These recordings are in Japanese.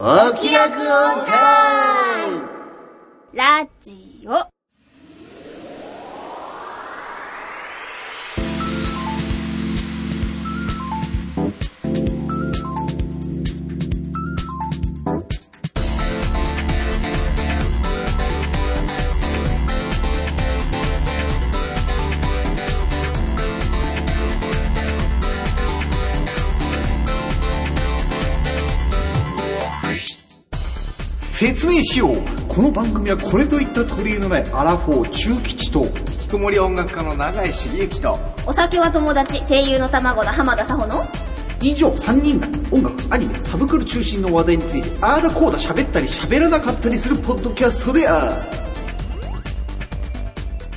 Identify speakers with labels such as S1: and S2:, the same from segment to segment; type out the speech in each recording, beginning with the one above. S1: お気楽オンタイム
S2: ラジオ。
S1: 説明しようこの番組はこれといった取り柄のないアラフォー中吉と
S3: 引きこもり音楽家の永井茂之と
S2: お酒は友達、声優の卵の浜田さほの。
S1: 以上3人が音楽アニメサブクル中心の話題についてああだこうだ喋ったり喋らなかったりするポッドキャストである
S2: はい、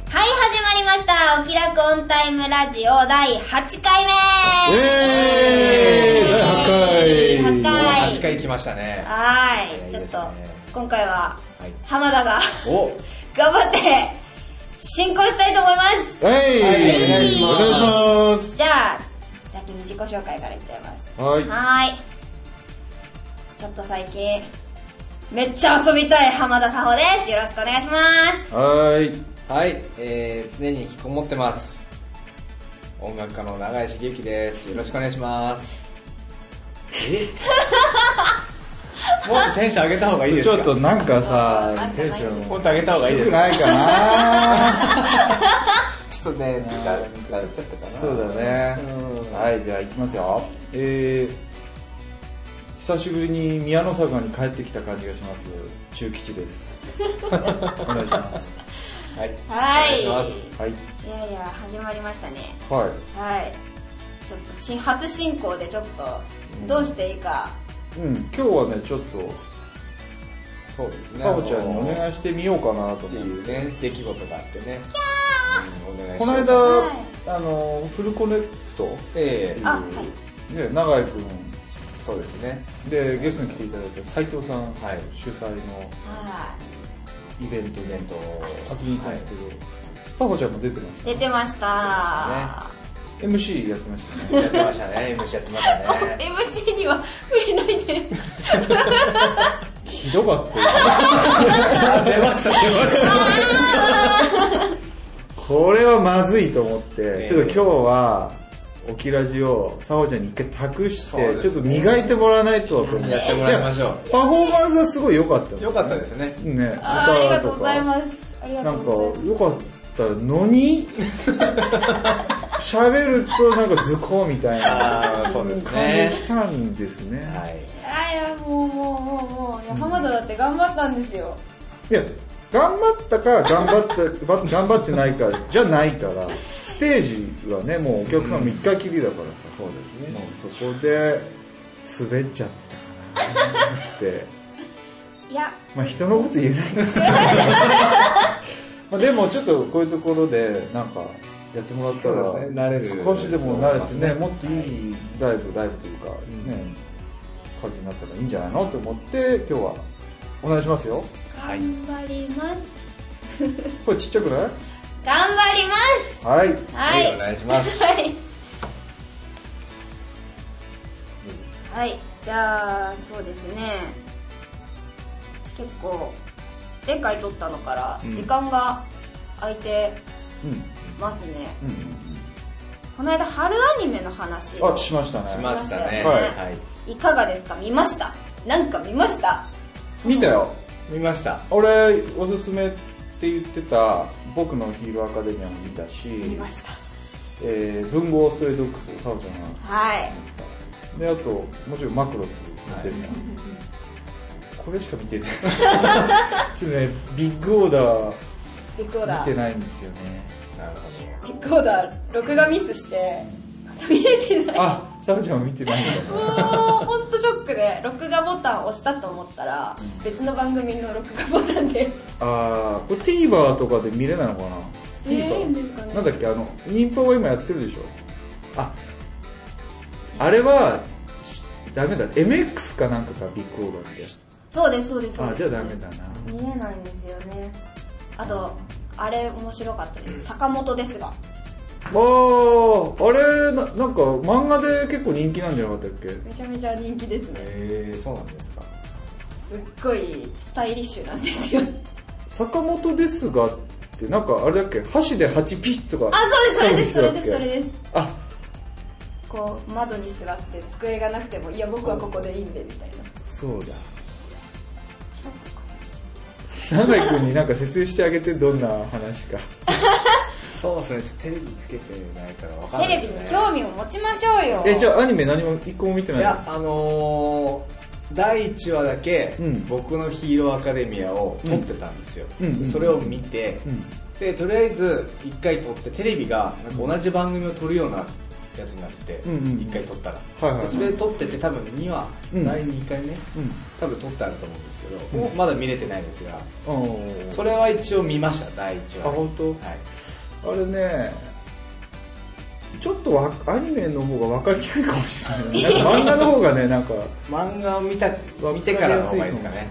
S2: 始まりました。お気楽オンタイムラジオ第8回目
S4: えー、第8
S2: 8
S4: 回
S2: 回。
S3: 8回来ましたね
S2: はー
S3: い
S2: い、
S3: い
S2: ちょっと
S3: いいですね、
S2: 今回は
S3: はい、
S2: 浜田が
S3: お
S2: 頑張って、進行したいと思います。
S4: はい、
S3: はいお願いします
S4: お願いします
S2: じゃあ、先に自己紹介からいっちゃいます。
S4: はい
S2: はーい。ちょっと最近、めっちゃ遊びたい浜田さほです。よろしくお願いします。
S4: はい
S3: はい、えー、常に引きこもってます音楽家の永井茂之ですよろしくお願いしますえ もっとテンション上げた方がいいです
S4: ち
S3: か
S4: ょっとなんか
S2: あな
S4: さ
S2: んか
S4: テン
S2: な
S4: シ
S2: い
S4: ョ
S3: もっと上げた方がいいです
S4: ン
S3: か
S4: ないかな
S3: ちょっとね抜か抜かれちゃったかな
S4: そうだね
S3: うん
S4: はいじゃあ行きますよえー、久しぶりに宮の坂に帰ってきた感じがします中吉です お願いします
S3: はい
S2: はい。い
S3: お願いします
S4: はい
S2: やいや、始まりましたね。
S4: はい
S2: はい。ちょっと新、初進行でちょっと、どうしていいか。
S4: うん今日はねちょっと
S3: そうですね
S4: サボちゃんにお願いしてみようかなと
S3: って
S4: 思って
S3: いうね出来事があってねうんお願いします
S4: この間、
S2: はい
S4: あのフルコネクト
S3: ええ
S2: あ、はい。
S4: で永井
S3: そうですね
S4: 君でゲストに来ていただいた斉藤さん、
S3: はい
S4: 主催の
S2: は
S4: イベント
S3: イベ
S4: で
S3: ントを
S4: 遊びに行ったんですけど、サホちゃんも出てま
S2: い。
S4: し
S2: 出てました。
S4: た MC やってま した
S3: や
S4: ね
S3: ってましたね MC やってましたね
S2: MC には振りない で。
S4: ひどか ったよ
S3: あ出ました出ました
S4: これはまずいと思って、
S3: え
S4: ちょっと今日はオキラジをサホちゃんに一回託し
S3: そう
S4: て、
S3: です
S4: ちょっと磨いてもらわないとと思って
S3: やってもらいましょ
S4: パフォーマンスはすごい良かった
S3: うよかったですね
S4: ね
S2: あーありが
S4: 歌
S2: とう
S4: と
S2: ござい
S4: か
S2: ます。ありが
S4: な
S2: と
S4: ん
S2: う
S4: か
S2: ございます。
S4: よかったのに 喋るとなんか図工みたいな
S3: ああそうです
S4: 感じ
S3: ね
S4: したんですね
S3: はい
S2: あいや、もうもうもうもういや、浜田だって頑張ったんですよ。
S4: いや頑張ったか頑張ったば頑張ってないかじゃないからステージはねもうお客さんも一回きりだからさ、そうですねもうそこで滑っちゃったかなって
S2: いや、
S4: まあ人のこと言えないから まあでもちょっとこういうところでなんかやってもらった
S3: そうですね
S4: ら、
S3: 慣れる
S4: 少しでも慣
S3: そう
S4: れてね
S3: ですね
S4: もっといいライブライブというかね、感じになったらいいんじゃないのと思って今日はお願いしますよ
S2: 頑張ります。
S4: これちっちゃくない
S2: 頑張ります
S4: はい
S2: はい。
S3: お願いします
S2: はい。はい、じゃあ、そうですね。結構、前回撮ったのから、
S3: うん
S2: 時間が空いて
S4: うん
S2: ますね。
S4: うん
S2: この間、春アニメの話、
S4: あしましたね
S3: しましたね
S4: はい
S3: い
S2: いかがですか見ましたなんか見ました
S4: 見たよ
S3: 見ました
S4: 俺おすすめって言ってた僕のヒーローアカデミアも見たし
S2: 見ました。
S4: えー文豪ストレイドッグスサオちゃんが
S2: はい。
S4: であともちろんマクロス見てるじゃん、これしか見てない ちょっとねビッグオーダ
S2: ビッグオー
S4: ー
S2: ダ
S4: 見て
S2: ー。
S4: ないんですよね
S3: なるほ
S2: ビッグオーダー、録画ミスして、まだ見れてない。
S4: あサブちゃんは見てないんだ
S2: もう本当ショックで録画ボタン押したと思ったら別の番組の録画ボタンで
S4: あーこれ TVer とかで見れないのかな
S2: 見れるんですかね
S4: なんだっけあの民放が今やってるでしょああれはダメだ MX かなんかかビッグオーダーって
S2: そうですそうですそう
S4: あ
S2: で
S4: じゃあ
S2: す
S4: ダメだな
S2: 見れないんですよねあとあれ面白かったです坂本ですが
S4: あーあれななんか漫画で結構人気なんじゃなかったっけ
S2: めちゃめちゃ人気です
S3: ど
S2: ね
S3: えーそうなんですか
S2: すっごいスタイリッシュなんですよ
S4: 坂本ですがってなんかあれだっけ箸で8ピッとか
S2: あそうですそれですそ
S4: 使
S2: れですそれ
S4: う人だっけ
S2: です
S4: あ
S2: こう窓に座って机がなくてもいや僕はここでいいんでみたいな
S4: そうだ永井君になんか説明してあげてどんな話 か
S3: そうですねちょっとテレビつけてないから分かん
S2: テ
S3: ない
S2: レ
S3: で
S2: ビ
S3: すね
S2: に興味を持ちましょうよ
S4: えじゃあアニメ何も一個も見てないい
S3: やあのー第1話だけ、
S4: うん
S3: 僕のヒーローアカデミアを撮ってたんですよ、
S4: うんうん
S3: それを見て、
S4: うん
S3: でとりあえず1回撮ってテレビがなんか同じ番組を撮るようなやつになってて、
S4: うんうん
S3: 1回撮ったら、
S4: はいはい
S3: でそれ撮ってて多分2話、
S4: うん
S3: 第2回ね
S4: うん
S3: 多分撮ってあると思うんですけど、まだ見れてないですが
S4: あ
S3: それは一応見ました第1話
S4: あ本当
S3: はい
S4: あれねちょっとわアニメの方が分かりにくいかもしれないなんか漫画の方がねなんか
S3: 漫画を見た
S4: わ
S3: 見てからの方がいいですかね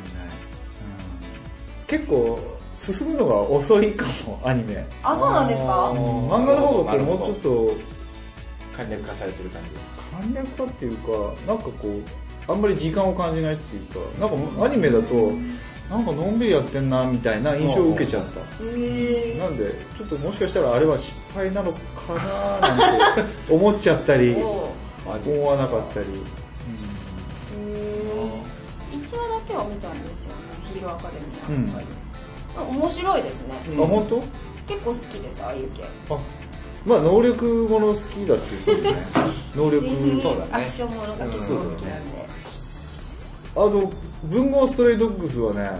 S4: 結構進むのが遅いかもアニメ
S2: あそうなんです
S3: あ
S2: か
S3: ー
S4: 漫画の方が
S3: なるほ
S4: こう
S3: ど
S4: もうちょっと
S3: 簡略化されてる感じです
S4: 簡略化っていうかなんかこうあんまり時間を感じないっていうかなんかもうアニメだとなんかのんびりやってんなみたいな印象を受けちゃった
S2: へえ
S4: なんでちょっともしかしたらあれは失敗なのかななんて思っちゃっ たり
S2: おう
S3: マジです
S4: 思わなかったり
S2: 一話だけは見たんですよねヒーローアカデ
S4: う
S2: ミ
S4: ん、
S2: ア、面白いですね、
S4: あ本当
S2: 結構好きですああいう系
S4: あまあ能力もの好きだって 言ってるね能力
S2: SF
S3: そうだね
S2: アクションものが結構好きなんで、
S4: あの文豪ストレイドッグスはね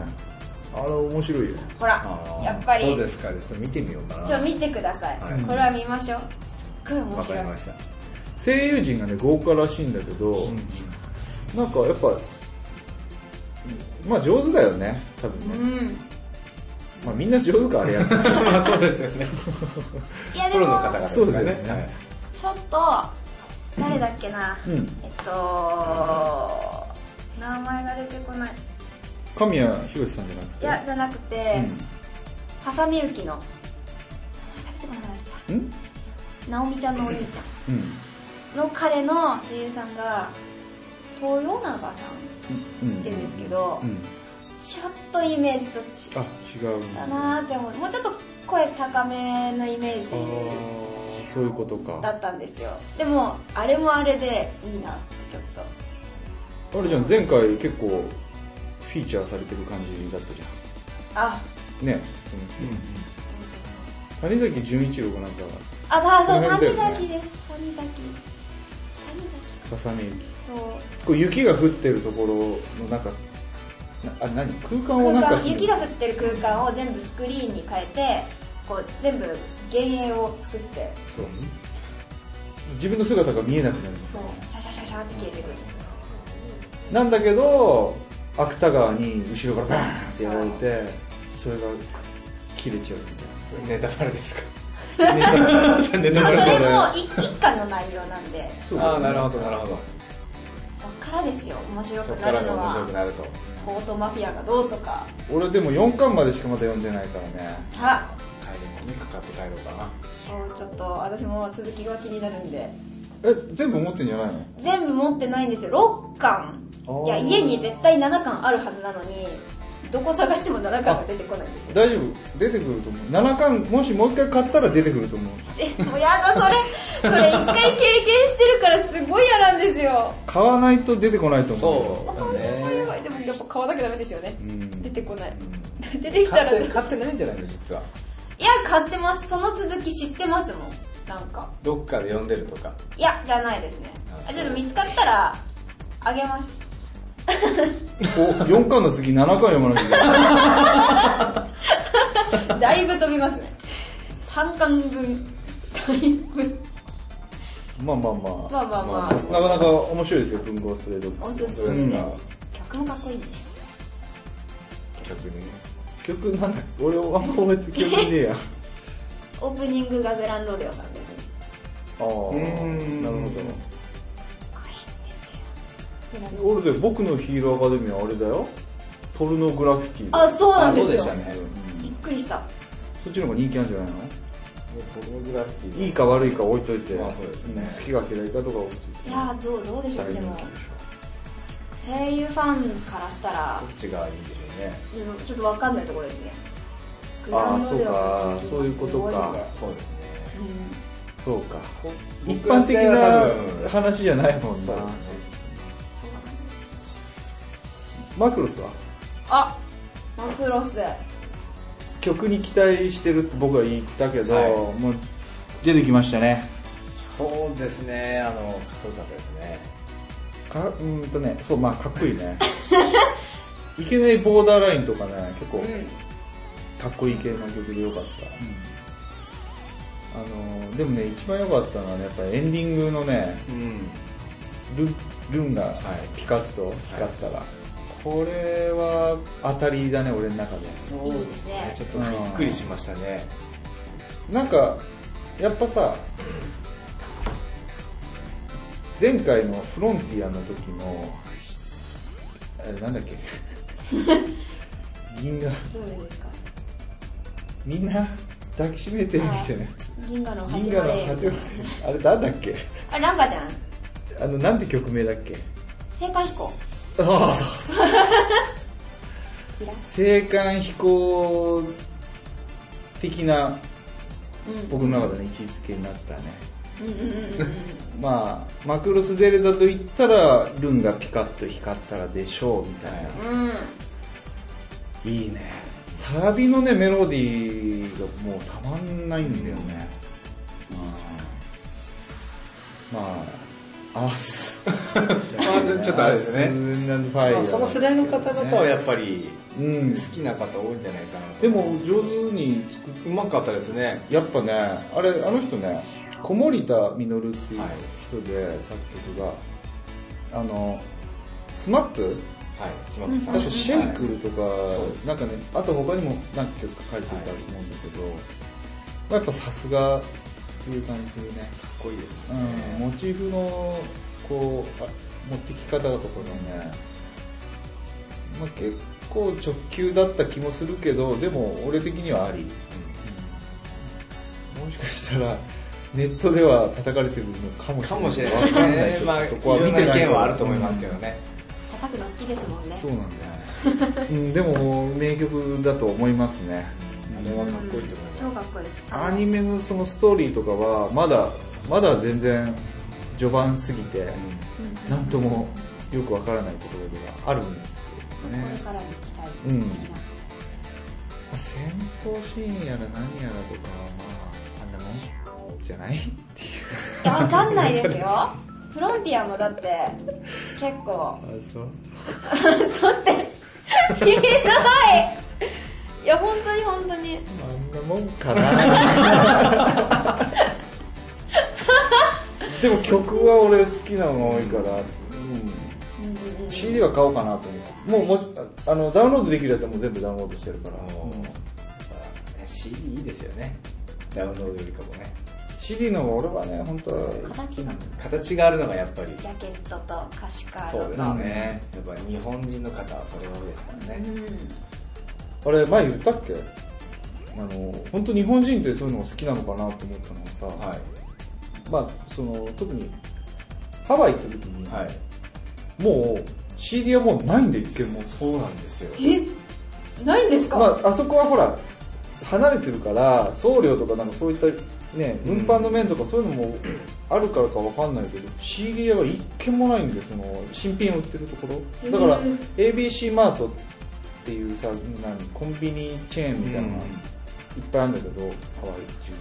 S4: あれ面白いよ
S2: ほら
S3: あー
S2: やっぱり
S3: そうですかちょっと見てみようかな
S2: ちょっと見てください、
S3: はい
S2: これは見ましょうすっごい面
S3: わか
S2: 白い
S3: りました
S4: 声優陣がね豪華らしいんだけど、なんかやっぱまあ上手だよね多分
S2: う
S4: ね、
S2: ん
S4: まあ、みんな上手かあれ やる
S3: ま あそうですよね
S2: いやで
S3: プロの
S2: も
S3: 方々
S4: そうです
S3: ね
S4: よね
S3: はい
S2: ちょっと誰だっけな、
S4: うん
S2: えっと名前が出てこない
S4: 神谷博さんじゃなく
S2: い
S4: て
S2: やじゃなくて、笹みゆきの名前が出てこないです
S4: うんうん
S2: 直美ちゃんのお兄ちゃん
S4: うん
S2: の彼の声優さんが東洋長さんって言うんですけど、
S4: うん、
S2: ちょっとイメージと違
S4: あ違う
S2: ったなーって思うもうちょっと声高めのイメー
S4: あ
S2: ジ
S4: ーそういうことか
S2: だったんですよでもあれもあれでいいなってちょっと
S4: あれじゃん前回結構フィーチャーされてる感じだったじゃ
S2: あ
S4: んね谷崎潤一郎がなんか
S2: ああそう
S4: この
S2: 谷
S4: 辺だよね
S2: 崎です谷崎谷崎
S4: ささみゆき
S2: そう
S4: こう雪が降ってるところのなんかなあ何空間をなん
S2: 空
S4: か
S2: 間雪が降ってる空間を全部スクリーンに変えてこう全部幻影を作って
S4: そう自分の姿が見えなくなる
S2: そうシャシャシャシャって消えてくる
S4: なんだけど芥川に後ろからバーンってやられてそれが切れちゃうみたいな
S3: ネタバレです か
S2: でもそれもい一巻の内容なんで
S4: そう
S3: ああなるほどなるほど
S2: そっからですよ面白
S3: そ
S2: く
S3: こ
S2: な
S3: から
S2: る
S3: が
S2: の
S3: 面白く
S2: は
S3: なると
S2: コートマフィアがどうとか
S4: 俺でも4巻までしかまだ読んでないからね
S2: あ
S3: 帰りにコミック買って帰ろうかな
S2: そうちょっと私も続きが気になるんで
S4: え全部持ってんじゃないの
S2: 全部持ってないんですよ6巻
S4: あー
S2: いや家に絶対7巻あるはずなのにどこ探しても7巻が出てこないんですよ
S4: 大丈夫出てくると思う7巻もしもう一回買ったら出てくると思う
S2: えもうやだそれそれ一回経験してるからすごい嫌なんですよ
S4: 買わないと出てこないと思う
S3: そ
S2: あ
S3: うだね
S2: やばいでもやっぱ買わなきゃダメですよね
S4: うん
S2: 出てこない
S3: うん
S2: 出てきたら
S3: 買って買ってないんじゃないの実はい
S2: や買ってますその続き知ってますもんなんか
S3: どっかで読んでるとか
S2: いやじゃないですねあちょっと見つかったらあげます
S4: お4巻の次7巻読まなきゃいけない
S2: だいぶ飛びますね3巻分だいぶ
S4: まあまあまあ
S2: まあまあまあ
S4: なかなか面白いですよ文豪ストレートブッ
S2: お
S4: ク
S2: す
S4: ス
S2: すめです曲もかっこいいね
S3: 逆にね
S4: 曲なんだ俺あんま覚えて記憶にねえや
S2: オープニングがグランドデオさんですね
S4: ああ
S3: ん
S4: なるほ
S2: かっこいいんですよグランド
S4: ど俺で僕のヒーローアカデミーはあれだよポルノグラフィティ
S2: あそうなんですよ
S3: あそうでしたね
S2: びっくりした
S4: そっちの方が人気なんじゃないの
S3: ポルノグラフィティ
S4: いいか悪いか置いといて、
S3: まあそうですね
S4: 好きか嫌いかとか置いといて
S2: いやーどうどうでしょうでも
S4: 大人気でしょ
S2: 好声優ファンからしたら
S3: どっちがいいんでしょうね
S2: うんちょっとわかんないところですねグラ
S4: あ
S2: ウ
S4: あ
S2: ンド
S4: そう
S2: では
S4: かそういうことか
S3: そうですね
S2: う
S4: そうか一
S3: 僕ら
S4: 般
S3: 世
S4: 的
S3: 代は多分
S4: な話じゃないもんな
S3: そうですね
S4: マクロスは
S2: あマクロス
S4: 曲に期待してるって僕は言ったけど、
S3: はい
S4: もう出てきましたね
S3: そうですねあのかっこよかったですね
S4: かうーんとねそうまあかっこいいね いけないボーダーラインとかね結構
S2: う
S4: かっこいい系の曲でよかった、あのでもね一番良かったのはねやっぱエンディングのね
S3: うん
S4: ルルンが
S3: い
S4: ピカッと光ったら、これは当たりだね俺の中で
S3: そうですねちょっとびっくりしましたね
S4: なんかやっぱさ前回のフロンティアの時のあれなんだっ け銀河
S2: んどれですか
S4: みんな抱きしめてるみたいなやつ
S2: 銀河の八
S4: 銀
S2: 割
S4: 河の果てまであれなんだっけ
S2: あれなんかじゃん
S4: あのなんて曲名だっけ
S2: 青海飛行
S4: そうそうそう
S2: キラ
S4: 青函飛行的な
S2: うん
S4: 僕の中での位置づけになったね
S2: うんうんうんうんうん
S4: まあマクロス・デルタといったらルンがピカッと光ったらでしょうみたいな、
S2: うん
S4: いいねサビのねメロディーがもうたまんないんだよね、まあまあアース
S3: あちょっとあれですね
S4: アースなんてファイヤー
S3: その世代の方々はやっぱり
S4: うん
S3: 好きな方多いんじゃないかなと
S4: でも上手に作っ
S3: うまかったですね
S4: やっぱねあれあの人ね小森田実っていう
S3: はい
S4: 人で作曲が、あのスマップ
S3: はいスマップさん
S4: 確かシェイクとか、
S3: そうです
S4: なんかねあと他にも何曲か書いてたと思うんだけど、まあやっぱさすがっていう感じするね、
S3: かっこいいです
S4: うん、
S3: ね
S4: モチーフのこうあ持ってき方とかがね、まあ、結構直球だった気もするけどでも俺的にはありもしかしたらネットでは叩かれてるのかもし
S3: か
S4: れない
S3: もしれないですねまあ
S4: そ
S3: そ
S4: こ
S3: こ
S4: は
S3: は
S4: 見
S3: 見
S4: て
S3: て
S4: な
S3: ないい意
S4: から
S3: 見はあると思いますけどね
S2: 叩くの好きですもんね
S4: そうなんだよ、うん、でも名曲だと思いますね
S3: あれはかっこいいと思います
S2: 超かっこいいです
S4: アニメのそのストーリーとかはまだまだ全然序盤すぎて何ともよくわからないところではあるんですけれど
S2: こ
S4: ね
S2: れからに期待
S4: うん
S2: 的な
S4: 戦闘シーンやら何やらとかはまああんなもんじゃないっていう
S2: いやわかんないですよフロンティアもだって結構
S4: あそう
S2: そうってひどいいや本当に本当に
S4: あんなもんかなでも曲は俺好きなの多いから、うん、
S2: うんうんうん
S4: CD は買おうかなと思うもうもあのダウンロードできるやつはもう全部ダウンロードしてるから、
S3: うんやっぱね CD いいですよねダウンロードよりかもね
S4: CD の方が俺はね本当は
S2: 形が
S3: 形があるのがやっぱり
S2: ジャケットと歌詞カード
S3: そ
S2: と
S3: うですねやっぱ日本人の方はそれ多いですからね
S2: う
S4: あれ前言ったっけあの本当日本人ってそういうのが好きなのかなと思ったのがさ、
S3: はい
S4: まあその特にハワイ行った時に、
S3: はい
S4: もう CD はもうないんで一件も
S3: そうなんですよ
S2: んえないんですか、
S4: まあ、あそこはほら離れてるから送料とかなんかそういった、ね、
S3: うん
S4: 運搬の面とかそういうのもあるからかわかんないけど CD 屋が一軒もないんでその新品を売ってるところだから
S2: うん
S4: ABC マートっていうさ何コンビニチェーンみたいなのがいっぱいあるんだけど、ハワイ中に。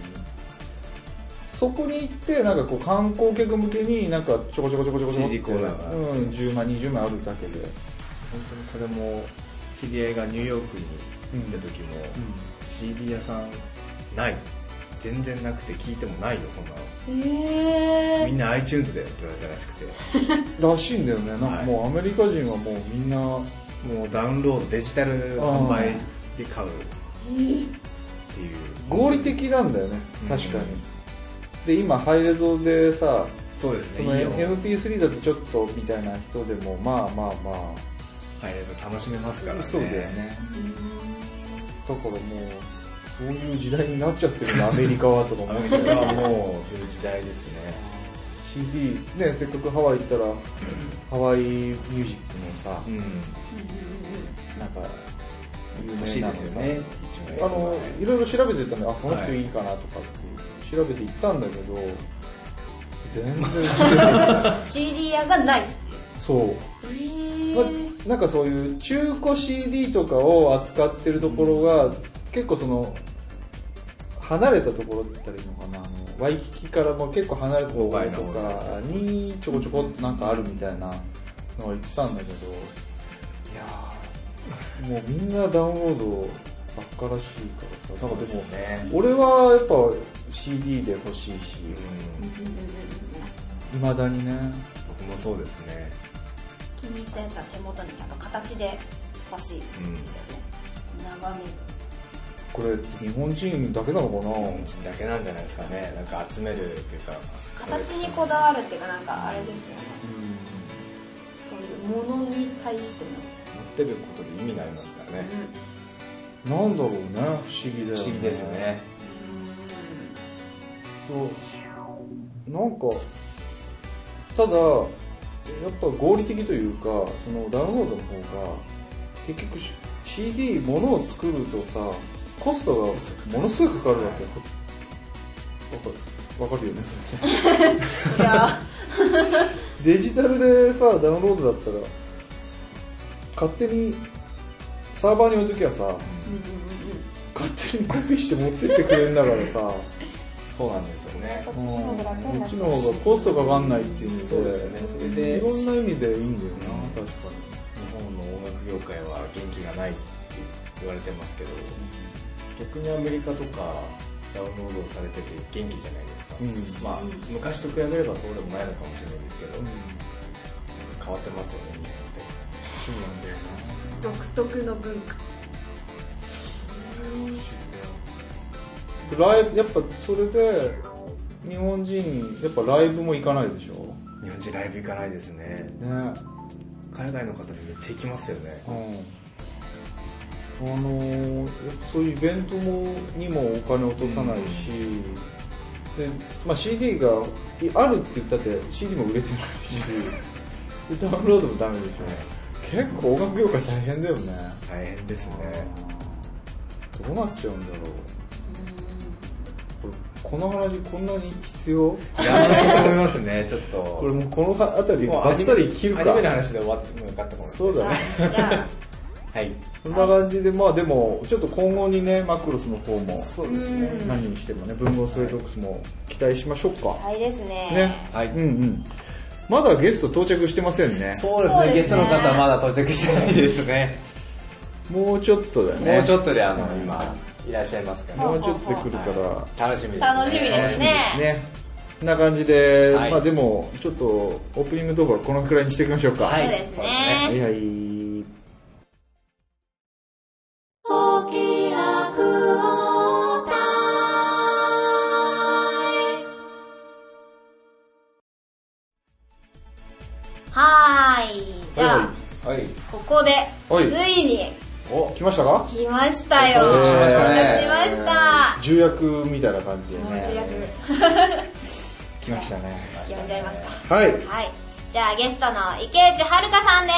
S4: そこに行ってなんかこう観光客向けになんかちょこちょこちょこちょこちょこって
S3: CD コーナーが
S4: うん、10枚20枚あるだけで、
S3: 本当にそれも知り合いがニューヨークに行った時も、CD 屋さんない全然なくて聞いてもないよそんなの
S2: え
S3: みんな iTunes でって言われたらしくて
S4: らしいんだよねなんかもうアメリカ人はもうみんな、
S3: もうダウンロードデジタル販売で買うっていう
S4: 合理的なんだよね
S3: うん
S4: 確かに、で今ハイレゾでさ
S3: そうです
S4: そ
S3: ね
S4: の
S3: いいよ
S4: MP3 だとちょっとみたいな人でもまあまあまあ
S3: 入れると楽しめますからね
S4: そうだよ ねだからもうそう いう時代になっちゃってるなアメリカはとか
S3: ア
S4: 思
S3: メ
S4: う
S3: リ
S4: ん
S3: カ
S4: だよ
S3: はもうそういう時代ですね
S4: CD、ね、せっかくハワイ行ったら、ハワイミュージックのさ、なんか、有
S3: 欲し
S4: 名
S3: い
S4: な
S3: で
S4: の
S3: す
S4: さ
S3: よね一
S4: あ
S3: 枚
S4: のいろいろ調べてたんで、あ、この人いいかなとかっていう、調べて行ったんだけど、全 然、
S2: CD 屋がない
S4: そう。
S2: へー
S4: まあなんかそういう中古 CD とかを扱ってるところが、結構その離れたところって言ったらいいのかなあのワイキキからも結構離れたところとかにちょこちょこっとなんかあるみたいなのは言ってたんだけどいやーもうみんなダウンロードばっからしいからさ
S3: そうです
S4: でも
S3: ね
S4: 俺はやっぱ CD で欲しいし
S3: うん
S4: いまだにね
S3: 僕もそうですね
S2: 気に入ったやつは手元にちゃんと形で欲しいですよね、眺める
S4: これ日本人だけなのかな
S3: 日本人だけなんじゃないですかねなんか集めるっていうか
S2: 形にこだわるっていうかなんかあれですよねそういうものに対しての、
S3: 持ってることで意味がありますからね
S4: なんだろうね、不思議だよね。
S3: 不思議ですよね
S4: そう。なんか、ただ、やっぱ合理的というか、そのダウンロードの方が、結局 CD、ものを作るとさ、コストがものすごいかかるわけ。わかるわかるよね、そ れ
S2: うんじゃあ
S4: デジタルでさ、ダウンロードだったら、勝手にサーバーに置いときはさ、
S2: うんうんうんうん
S4: 勝手にコピーして持ってってくれるんだからさ、
S3: そうなんですよね
S2: こっちの方が楽
S4: こ
S2: にな
S4: っ
S2: っ
S4: ち
S2: ちゃ
S4: の方がコストかかんないっていうので
S3: そうですよねそれで
S4: いろんな意味でいいんだよな、確か
S3: 日本の音楽業界は元気がないって言われてますけど逆にアメリカとかダウンロードされてて元気じゃないですか、まあ
S4: うん
S3: 昔と比べればそうでもないのかもしれないですけど、
S4: に、
S3: 変わってますよね日
S4: そうなんだよ
S2: う独特の文化
S4: なライブやっぱそれで日本人やっぱライブも行かないでしょ
S3: 本って日本人ライブ行かないですね
S4: ね
S3: 海外の方にめっちゃ行きますよね
S4: うんあのーやっぱそういうイベントもにもお金落とさないし、でまあ、CD がいあるって言ったって CD も売れてない しでダウンロードもダメでしょ、結構音楽業界大変だよね
S3: 大変ですね
S4: どうなっちゃうんだろうこれこの話こんなに必要
S3: いやだと思います ねちょっと
S4: これもうこのはあたり
S3: もう
S4: バッサリ切る
S3: アニ
S4: か
S3: メの話で終わってもよかったかも
S4: そうだ
S2: は
S4: ね
S2: い じゃ
S3: はい
S4: そんな感じでまあでもちょっと今後にねマクロスの方も
S3: そう
S2: ですねうん
S4: 何にしてもね文豪ストレートックスも期待しましょうか、
S2: あはいですね
S4: ね
S5: はい
S4: うんうんまだゲスト到着してませんね
S5: そうです
S2: そうですね
S5: ね、ゲストの方まだ到着してないですね。
S4: もうちょっとだよね
S5: もうちょっとであの、今、いらっしゃいますから、
S4: もうちょっとで来るから、
S5: 楽しみです、ね。
S2: 楽しみですね
S4: ねこんな感じで、
S5: はい
S4: まあでもちょっとオープニング動画はこのくらいにしていきましょうか
S5: は
S2: そ
S5: いう
S2: ですね、
S4: はいはい
S2: はーいじゃあ、
S4: はいはい
S5: はい。
S2: ここで
S4: はい
S2: ついに
S4: お来ましたか
S2: 来ましたよ
S4: 到着しましたね
S2: 到着しました
S4: 重役みたいな感じで
S2: もう重
S4: ね
S2: 役
S4: 来ましたね
S2: 呼んじゃいますか
S4: はいイ
S2: はいじゃあゲストの池内遥さんで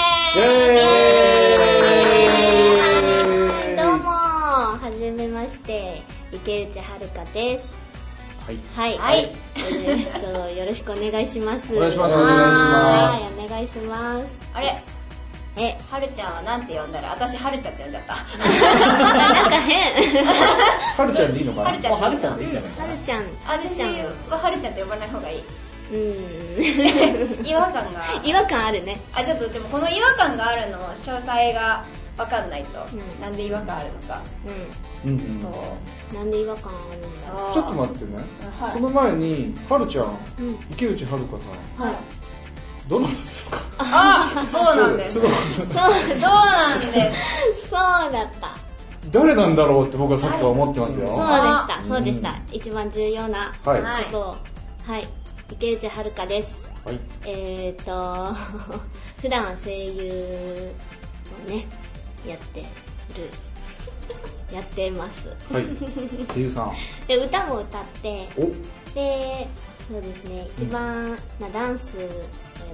S4: エーイ
S6: どうも、はじめまして、池内遥です。
S4: はい
S6: はい、
S2: はい
S6: えーちょっとよろしくお願いします。
S4: お願いします
S6: は
S4: お願いしま
S6: い、お願いします。
S2: すあれ
S6: え、
S2: はるちゃんはなんて呼んだら私はるちゃんって呼んじゃった
S6: なんか変。は
S4: はるちゃんでいいのかな
S2: はるちゃんはるちゃん
S3: いいじゃないですか
S6: るちゃん、はる
S2: 私
S6: ちゃん、う
S2: ははるちゃんって呼ばない方がいい
S6: ー
S2: 違和感が
S6: ん、違和感あるね。
S2: あちょっとでもこの違和感があるの詳細が分かんないと、
S6: うん
S2: なんで違和感あるのか、
S6: う
S4: うんうん
S2: そう
S6: ん、なんで違和感あるんだ
S2: そ
S6: ろ
S2: う
S4: ちょっと待ってね
S2: はい
S4: その前にはるちゃん
S6: う。うん、
S4: 池内はるかさ
S6: はい。
S4: んどなたですか
S2: あそうなん です
S4: す
S2: そう
S4: ごい
S6: そう、
S2: なんです
S6: そうだった。
S4: 誰なんだろうって僕はさっきから思ってますよ
S6: そうでした、そうでした。一番重要な
S4: はい
S2: は
S4: はい
S6: ことを、はい、池内遥です。
S4: い
S6: えー、と 普段声優をねやってるやってます
S4: はい声優さん
S6: で歌も歌って
S4: お
S6: でそうですね一番、まあ、ダンスをやっ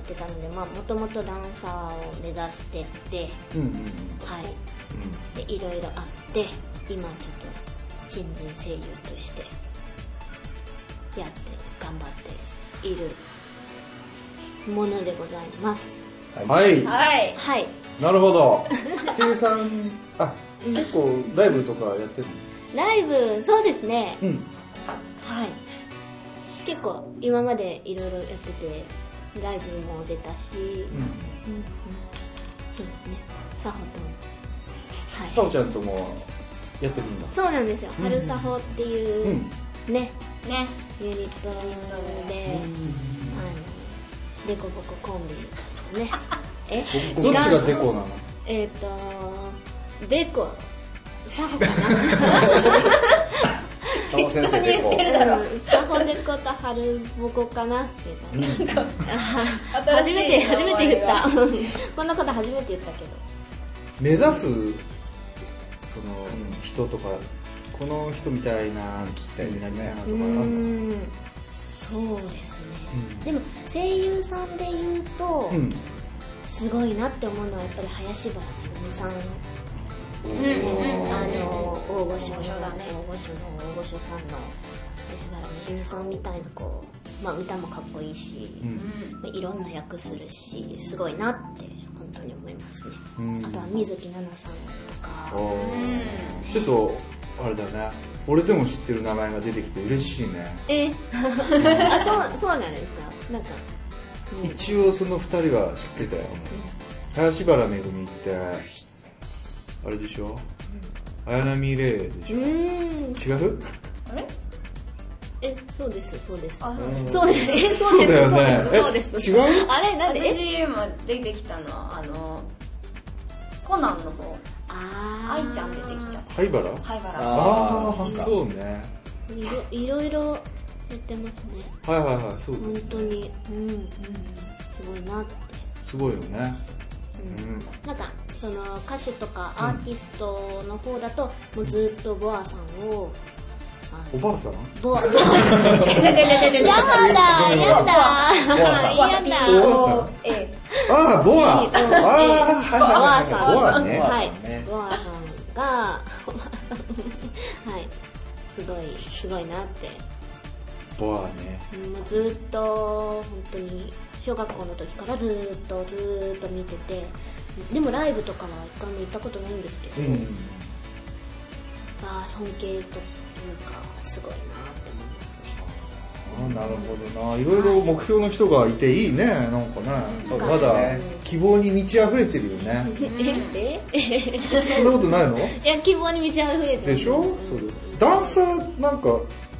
S6: てたのでもともとダンサーを目指してて、
S4: うんうんうん
S6: はいでいろいろあって今ちょっと新人声優としてやって頑張っているものでございます
S4: はい、
S7: はい
S6: はい
S4: なるほど生産あ結構ライブとかやってる
S6: ライブそうですね
S4: のうん
S6: はい結構今までいろいろやっててライブも出たし、うんうんそうですねサホと
S4: さ
S6: は
S4: おちゃんともやってるんだ
S6: いそうなんですよ春サホって
S4: う
S6: い
S4: ん
S6: うね、
S7: ね
S6: ユニットで、あのデコボココンビねえ
S4: どっちが
S6: 違
S4: デ
S6: う
S4: コなの
S6: えっ、とデコサホかな
S3: 佐野先生でこう
S6: だろサホデコと春ボコかなっていう感じ
S7: 新し
S6: 初
S7: い
S6: めて初めて言った
S7: 名前が
S6: こんなこと初めて言ったけど
S1: 目指すその、人とかこの人みたいな聞きたいですねとかあ
S6: う
S1: るの
S6: ーんそうですね、でも声優さんで言うと、
S1: うん
S6: すごいなって思うのはやっぱり林原めぐみさんですね、あの大御所の大御所の大御所さんの林原めぐみさんみたいなこう、まあ、歌もかっこいいし、まあいろんな役するしすごいなって本当に思いますね、あとは水木奈々さんとか
S4: ちょっとあれだよね俺でも知ってる名前が出てきて嬉しいね
S6: えあそうそうなんですかなんか
S4: 一応その2人は知ってたよ林原めぐみってあれでしょ綾波レイでし
S6: うーん
S4: ょ違う
S6: えそうですそうです
S7: あそう
S6: そうですえそう
S4: そう
S6: です
S4: だよね
S6: そうですそうです
S4: え違う
S6: あれなんでえ
S7: 私今出てきたのはあのコナンの方
S6: あ
S7: 愛ちゃん出てきちゃっ
S4: 灰原
S7: た灰原
S3: あ
S4: ああそうね
S6: いろいろいろやってますね
S4: はいはいはいそう
S6: 本
S4: だよ
S6: 当にうん、うん、すごいなって
S4: すごいよねうん
S6: なんかその歌手とかアーティストの方だと、もうずっとボアさんをあ
S4: お
S6: の
S4: ばあさん
S6: ボアやだやだやだ
S4: ボアさん
S7: ええ
S4: ああボアあ
S6: う
S4: あ
S6: ん
S4: はい
S6: ボ
S4: は
S6: ア
S4: い
S6: さん
S4: はいボアね
S6: はい
S3: ね
S6: ボアさんがはいすごいすごいなって
S4: ボアね
S6: うんもうずっと本当に小学校の時からずっとずっと見ててでもライブとかは一回も行ったことないんですけど、ああ尊敬というかすごいなって思いま
S4: あ
S6: すね
S4: なるほどないろいろ目標の人がいていいねなんかね
S6: そうだね
S4: まだ希望に満ち溢れてるよね
S6: ええ
S4: そんなことないの
S6: いや希望に満ち溢れてる
S4: でしょ
S6: うん
S4: そうだダンサーなんか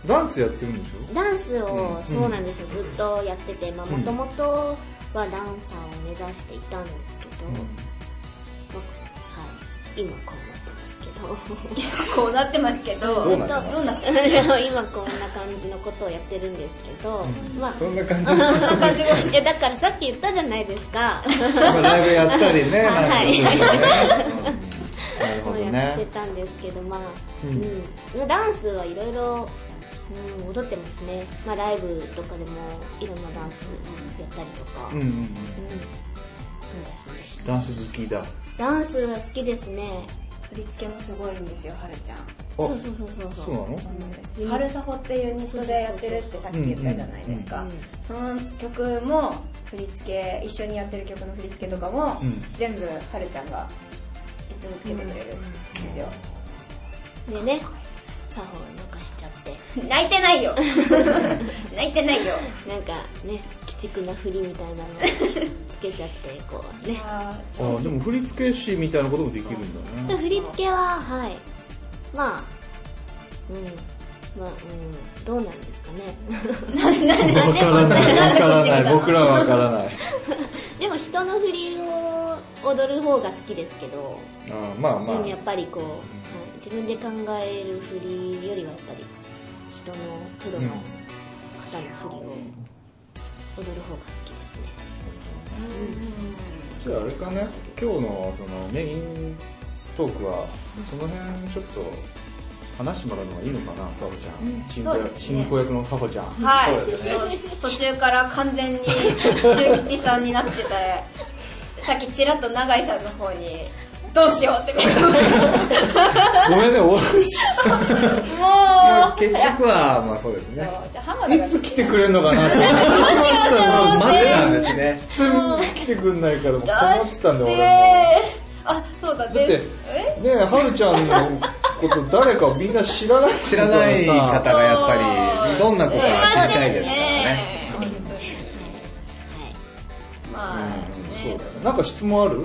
S4: ダンスやってるんでしょ
S6: ダンスを、そうなんですよずっとやっててもともとはダンサーを目指していたんですけど、まあはい、今こうなってますけど
S7: こうなって
S3: ど
S7: ますけど
S3: うなってます
S7: どうなって
S6: 今こんな感じのことをやってるんですけど、まあ
S4: そんな感じ
S6: いやだからさっき言ったじゃないですか
S4: ライブやったりね
S6: はい
S4: なんかそういうのねうんなる
S6: やっ
S4: ほど
S6: て
S4: ね
S6: たんですけどまあ、
S4: うん
S6: うんダンスはいろいろ、うん、踊ってますね、まあ、ライブとかでもいろんなダンスやったりとか、
S4: う
S6: うん
S4: んうんうん
S6: そうですね
S4: ダンス好きだ
S6: ダンスが好きですね
S7: 振り付けもすごいんですよはるちゃん
S6: そうそうそうそう
S4: そうなの
S7: そうなんですはるさほっていうユニットでやってるってさっき言ったじゃないですか
S6: うんうん
S7: その曲も振り付け一緒にやってる曲の振り付けとかも
S4: うん
S7: 全部はるちゃんがいつもつけてくれるんですよ
S6: でね作法を抜かしちゃって
S7: 泣いてないよ泣いてないよ
S6: なんかね鬼畜な振りみたい なのをつけちゃってこうね
S7: あ
S4: あーでも振付師みたいなこともできるんだね
S6: 振り付けははいまあうんまあうんどうなんですかね
S4: わからないわからない僕らはわからない
S6: でも人の振りを踊る方が好きですけど、
S4: あーまあま
S6: で
S4: あ
S6: もやっぱりこう、はい自分で考える振りよりはやっぱり人のプロの方の振りを踊る方が好きですね、
S4: じゃああれかね今日のそのメイントークはその辺ちょっと話してもらうのがいいのかな、サホちゃん。進
S7: そう
S4: 行
S7: ですね
S4: 進行役のサホちゃん。
S7: はい、
S3: そうですね
S7: そう途中から完全に中吉さんになっててさっきちらっと永井さんの方にどうしようって目が
S4: ごめんね、お話し
S7: もう
S2: 結局はまあそうです
S7: い
S2: ね
S7: やじゃあ浜田
S4: い
S7: が
S4: つ来てくれるのかなって思って
S3: 待ってたんですね
S4: たんです。来てくんないからもう困ってたんだよ、俺
S7: えーあそうだ
S4: だって
S7: でえ
S4: も。ねえ、はるちゃんのこと誰かみんな知らない
S3: 知らない方
S4: からさ
S3: がやっぱりどんな子か知りたいですからね
S7: ねまあ
S4: そうだよねなんか質問ある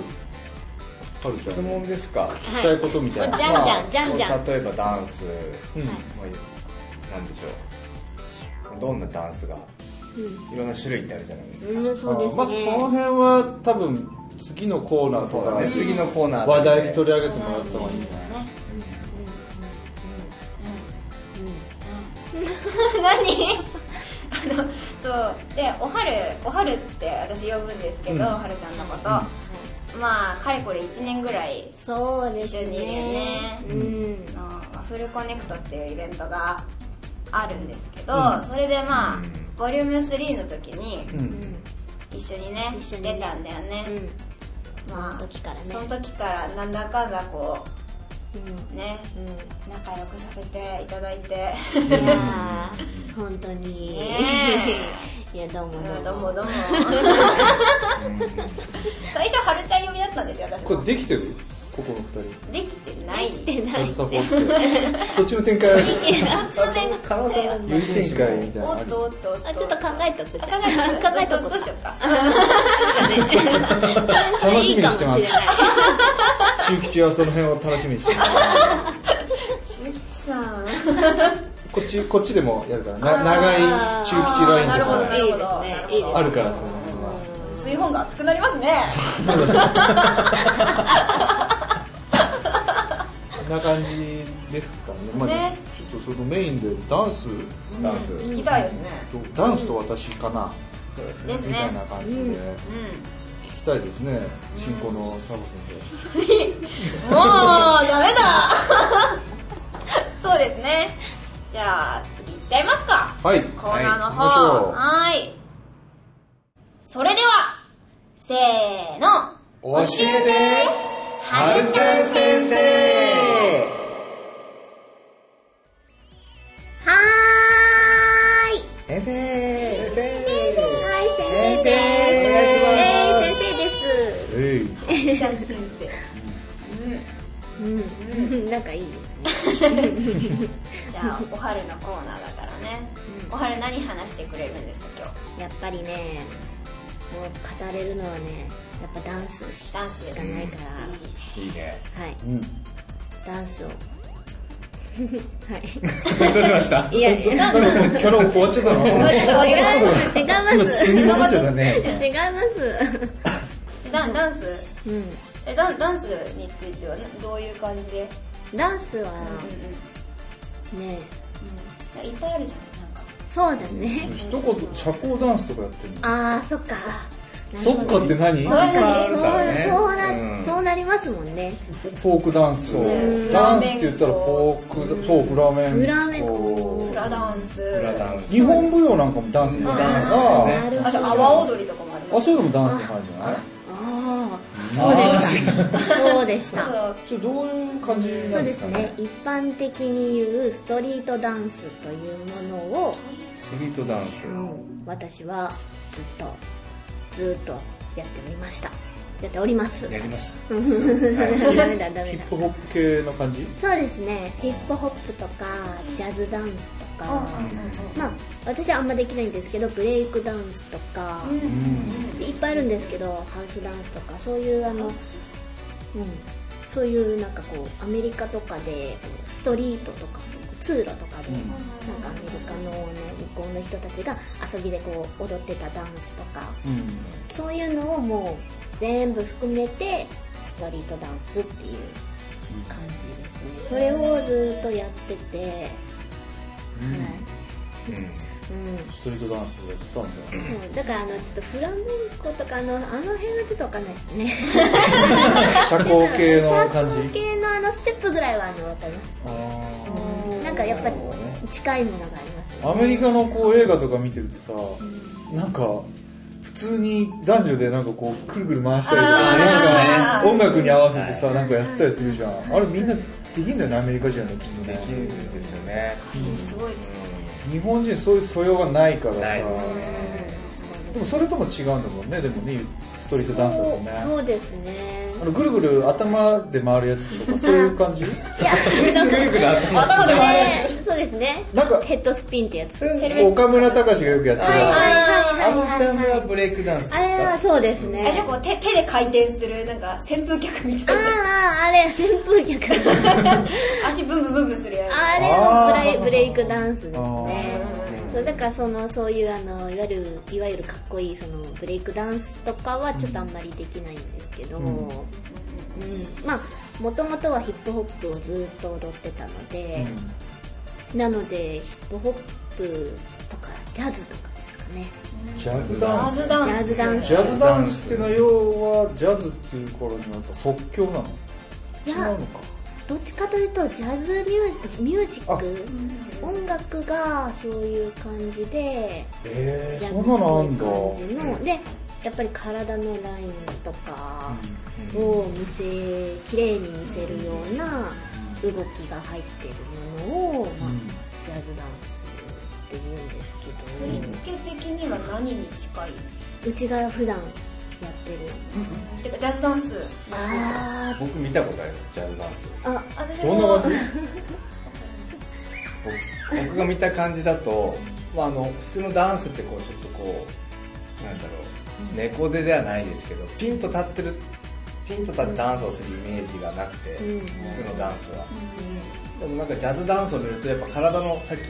S4: はるちゃん
S3: 質問ですか
S4: 聞きたいことみたいな、
S6: じゃんじゃんじゃんじゃん
S3: 例えばダンス
S4: うん
S3: まあなんでしょうどんなダンスがいろんな種類ってあるじゃないですか
S6: うん、そうですね。
S4: まあその辺は多分次のコーナーと
S3: そうだ
S4: か
S3: ね次のコーナーで
S4: 話題に取り上げてもらった方がいいね
S7: 何 あのそうでおはるおはるって私呼ぶんですけど、
S4: うん
S7: おはるちゃんのこと、まあかれこれ1年ぐらい
S6: そうです
S7: 一緒にいるよ
S6: ね
S7: ね。
S6: うん。
S7: あのまあフルコネクトっていうイベントがあるんですけど、それでまあ、
S3: うん
S7: ボリューム3の時に
S4: うん
S7: 一緒にね
S6: 一緒にね
S7: 出たんだよね、
S6: うん。
S7: まあ
S6: その時からね
S7: その時からなんだかんだこ
S6: うん
S7: うね仲良くさせていただいて
S6: いやー、本当に。
S7: ね
S6: いや、どうも
S7: うんど
S6: どう
S7: う
S6: も
S7: も。どうも 最初はるちゃん呼びだったんですよ私
S4: これ
S7: も
S4: できてるここの
S7: できてない
S6: 出な
S4: 二
S6: い
S4: 人サポートそっちの展開ある
S7: 当然
S3: カラオケの
S4: 分展開みたいなの
S7: お
S4: あ
S7: っ
S4: る
S7: とおっとおっと
S6: あ、ちょっと考えとくじゃん
S7: 考えとく
S6: 考えと
S7: ど
S6: こ
S7: うど
S6: う
S7: う
S6: か
S7: しようか
S4: 楽しみにしてます
S6: いいかもれない
S4: 中吉はその辺を楽しみにしてます
S7: 中吉さん
S4: こっちこっちでもやるからな
S7: あー
S4: 長い中吉ライン
S7: なる
S4: と
S7: ほどな
S4: か
S7: るほど
S6: いいですね
S7: なるほど
S4: あるからその辺は
S7: 水本が熱くなりますね
S4: こんな感じですかね,、まあ、
S7: ね
S4: ちょっとそのメインでダンス
S3: ダンス
S7: 聞きたいですね
S4: とダンスと私かな、
S3: そうですね
S7: です
S4: みたい
S7: ね
S4: な感じで聞きたいですね、進行の佐藤先
S7: もうダメだそうですねじゃあ次行っちゃいますか
S4: 生はい
S7: コーナーの
S4: 行
S7: 方
S4: きましょう
S7: はーいそれではせーの
S4: 教えてはるちゃん先生
S6: はーい。
S4: 先生
S6: 先生、はい、先生です。えー、先生です。
S4: えい
S7: ちゃん先生
S6: うん。なんかいいですね。
S7: じゃあおはるのコーナーだからね、おはる何話してくれるんですか今
S6: やっぱりね、もう語れるのはね、やっぱダンス
S7: 日ダンス
S6: がないか
S3: いいね
S6: ら、はい、
S4: うん
S6: ダンスを。
S3: どうしました
S6: いやいや、
S4: 彼もキャラ終わっちゃったの
S6: 違います、違い
S4: 今
S6: ます。
S4: すに戻っちゃったね
S6: 違います。
S7: ダンダンス
S6: う
S7: えダンダンスについてはなどういう感じで、
S6: ん。ダンスは
S7: うんうん
S6: ね、
S7: うん、いっぱいあるじゃんなんか
S6: そうだね。
S4: どこ社交ダンスとかやってるの
S6: あー、そっか。
S4: そっかって何フ
S7: そう
S6: そう
S7: だね
S6: そうな
S3: うん
S6: そうなりますもんね。
S4: ォークダンス
S3: う
S4: ダンスって言ったらフォークそうフラメンコ
S6: フラメンコ
S7: フラダンス
S3: フラダンス
S4: 日本舞踊なんかもダンスに入るからさ
S6: なる
S7: あ
S6: ほ
S7: と
S6: ど。
S7: 阿波踊りとかもありま
S4: あ
S7: す
S4: それでもダンスに入るんじゃない
S6: あ
S3: そうです
S6: あ、そうでした。
S4: それどういう感じな
S6: そうん
S4: で
S6: ですす
S4: か
S6: ね
S4: ね。
S6: 一般的に言うストリートダンスというものを、
S3: ストリートダンス
S6: うん、私はずっとずっとやっておりました。やっております。
S3: やりまし
S6: ダメだダ
S4: ヒッ
S6: メだ。
S4: プホップ系の感じ
S6: そうですね。ヒップホップとかジャズダンスとか、まあ私はあんまできないんですけどブレイクダンスとか。いっぱいあるんですけどハウスダンスとかそういうあの、うん、そういうなんかこうアメリカとかでこうストリートとか通路とかで、なんかアメリカの、ね、向こうの人たちが遊びでこう踊ってたダンスとか
S4: うん
S6: そういうのをもう全部含めてストリートダンスっていう感じですねそれをずっとやってて、はい
S3: た
S6: うん
S4: ストリートダンスやってたんだよ
S6: そうだからあのちょっとフラメンコとかあのあの辺はちょっとわかんないですね
S4: 社交系の感
S6: チャーコー
S4: じ
S6: 系のあのステップぐらいはあのわかります
S4: あー
S6: なんかやっぱ
S4: なるほどね
S6: 近いものがあります
S4: アメリカのこう映画とか見てるとさ、なんか普通に男女でなんかこうくるくる回したりとか
S7: あー
S4: なん
S7: ありますね
S4: か音楽に合わせてさ、なんかやってたりするじゃんあれみんなできんだよねアメリカ人はねきっと
S3: で
S4: ね
S3: きるんですよね。
S7: 人すごいですよ
S4: 日本人そういう素養がないからさ
S3: ないです
S4: でもそれとも違うんだもんねでもねストリートダンスだとね
S6: そうそうですね
S4: あのぐるぐる頭で回るやつとかそういう感じ
S6: いや
S3: ぐるぐる頭
S7: 頭で回る
S6: ねそうですね
S4: なんか
S6: ヘッドスピンってやつ
S4: それ岡村隆史がよくやってる
S6: はい
S3: あ
S6: はい
S3: の
S6: はい
S3: ジャ
S6: はい
S3: ンルはブレイクダンスです
S6: あれは
S3: か
S6: そうですね
S7: あじゃあこう手手で回転するなんか扇風客み
S6: あ
S7: たいな
S6: ああれ扇風客
S7: 足ブンブンブンブンするや
S6: あれはブレイブレイクダンスですね
S7: あ
S6: そうだからそのそういうあのいわゆるいわゆるかっこいいそのブレイクダンスとかはちょっとあんまりできないんですけど、うん
S4: ん
S6: まあもともとはヒップホップをずっと踊ってたので、なのでヒップホップとかジャズとかですかね
S4: ジャズ
S7: つジ
S4: ダ
S7: ャ
S4: ンス
S7: ズダンス
S6: ジャズダンス
S4: ジャズダンスってのは要はジャズっていう頃になんか即興なの違
S6: いや
S4: うのか
S6: どっちかというとジャズミュージミュージック音楽がそういう感じで
S4: え
S6: ジャ
S4: ー、
S6: ズ
S4: そ
S6: っ
S4: んなのあんだ
S6: ぽい感じのでやっぱり体のラインとかを見せ綺麗に見せるような動きが入ってるものを、まあ
S4: うん
S6: ジャズダンスって言うんです
S7: 振り
S6: け
S7: 付け的には何に近い
S6: どうちが普段やってる
S7: てかジャズダンス
S6: あ
S3: 僕見たことあります、ジャズダンス。
S6: ーあ
S7: 私
S4: どんな
S7: も
S4: 感じ
S3: 僕僕が見た感じだと、まあ、あの普通のダンスってこうちょっとこうなんだろう猫背ではないですけどピンと立ってるピンと立ってダンスをするイメージがなくて、
S6: うん
S3: 普通のダンスは、でもなんかジャズダンスを見るとやっぱ体のさっき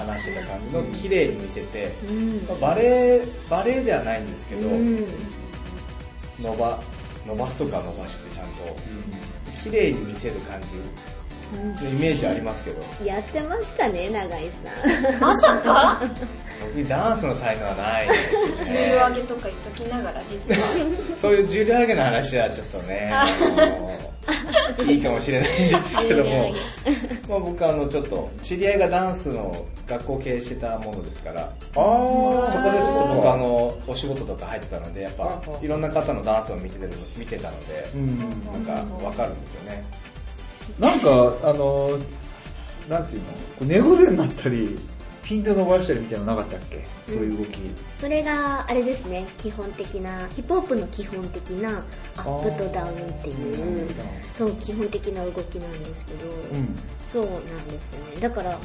S3: 話してた感じの綺麗に見せて、
S6: うん
S3: まあバレーバレーではないんですけど、
S6: うん
S3: 伸ば伸ばすとか伸ばしてちゃんと綺麗に見せる感じのイメージありますけど
S6: やってましたね永井さん
S7: まさか
S3: 僕にダンスの才能はない
S7: 重量上げとか言っときながら実は
S3: そういう重量挙げの話はちょっとね、あのいいかもしれないんですけども、まあ、僕はあのちょっと知り合いがダンスの学校を経営してたものですから、
S4: あ
S3: そ
S4: ー
S3: こでちょっと僕あのお仕事とか入ってたので、やっぱいろんな方のダンスを見てて見てたので
S4: う、ん
S3: なんかわかるんですよね。
S4: なんかあのなんていうのこう猫背になったりピンと伸ばしたりみたいなのなかったっけそういう動き、
S6: それがあれですね基本的なヒップホップの基本的なアップとダウンっていうそう基本的な動きなんですけど、
S4: うん
S6: そうなんですよねだから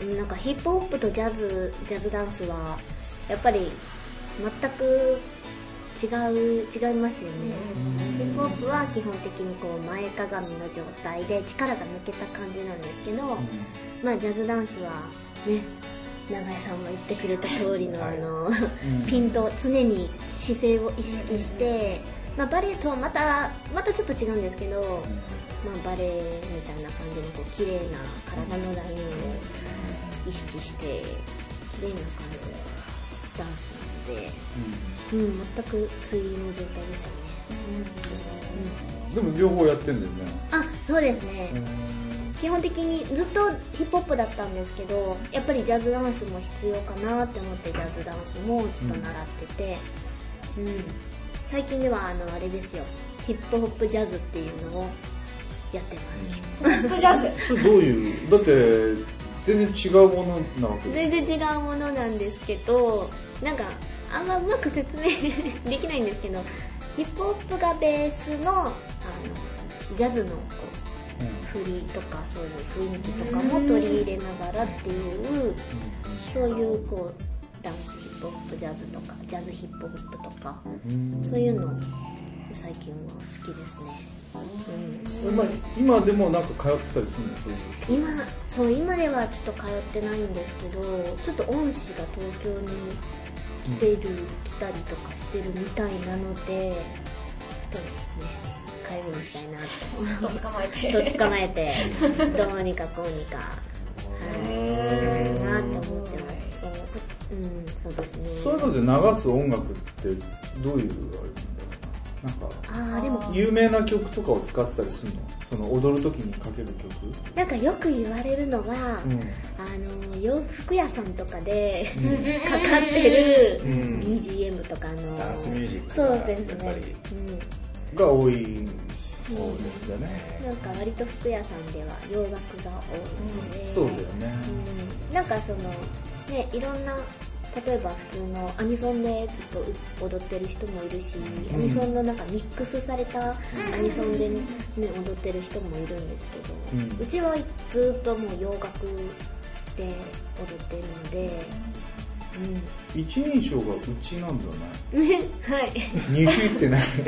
S6: うんなんかヒップホップとジャズジャズダンスはやっぱり全く違う違いますよね、ヒップホップは基本的にこう前かがみの状態で力が抜けた感じなんですけど、まあジャズダンスはね永井さんも言ってくれた通りのあの、 ピンと常に姿勢を意識して、まあ、バレエとはまたまたちょっと違うんですけど、まあ、バレエみたいな感じのこう綺麗な体のラインを意識して綺麗な感じのダンスなので、うん全く対の状態ですよね、
S4: でも両方やってんだよね
S6: あそうですね、基本的にずっとヒップホップだったんですけどやっぱりジャズダンスも必要かなって思ってジャズダンスもずっと習ってて、うん最近ではあのあれですよヒップホップジャズっていうのをやってます、
S7: ヒップジャズ
S4: それどういうだって全然違うものなわけで
S6: 全然違うものなんですけどなんかあんまうまく説明できないんですけどヒップホップがベースのあのジャズのこう振りとかそういう雰囲気とかも取り入れながらっていうそういうこうダンスヒップホップジャズとかジャズヒップホップとかそういうの最近は好きですね、うん
S4: まあ今でもなんか通ってたりするのそういう
S6: 今そう今ではちょっと通ってないんですけどちょっと恩師が東京に来てる、来たりとかしてるみたいなのでちょっとね帰りに行きたいな
S7: と捕まえて
S6: とと捕ま えてどうにかこうにかはいなって思ってますそうそうですね
S4: そういうので流す音楽ってどういうあれなんだろうななんか
S6: ああでも
S4: 有名な曲とかを使ってたりするのその踊る時にかける曲
S6: なんかよく言われるのが、
S4: うん
S6: あの洋服屋さんとかで かかってる BGM とかの
S3: ダンスミュージック
S6: そう
S3: が
S6: ですね
S3: やっぱり
S4: が多
S3: そう
S4: い
S3: ですよね
S6: うん、なんか割と服屋さんでは洋楽が多いので、
S4: そうだよね、
S6: うんなんかそのねいろんな例えば普通のアニソンでずっと踊ってる人もいるし、アニソンのなんかミックスされたアニソンで、ね踊ってる人もいるんですけど、うちはずっともう洋楽で踊ってるので、
S4: 一人称がうちなんだよね
S6: うん、はい
S4: 二種っ てない
S3: そ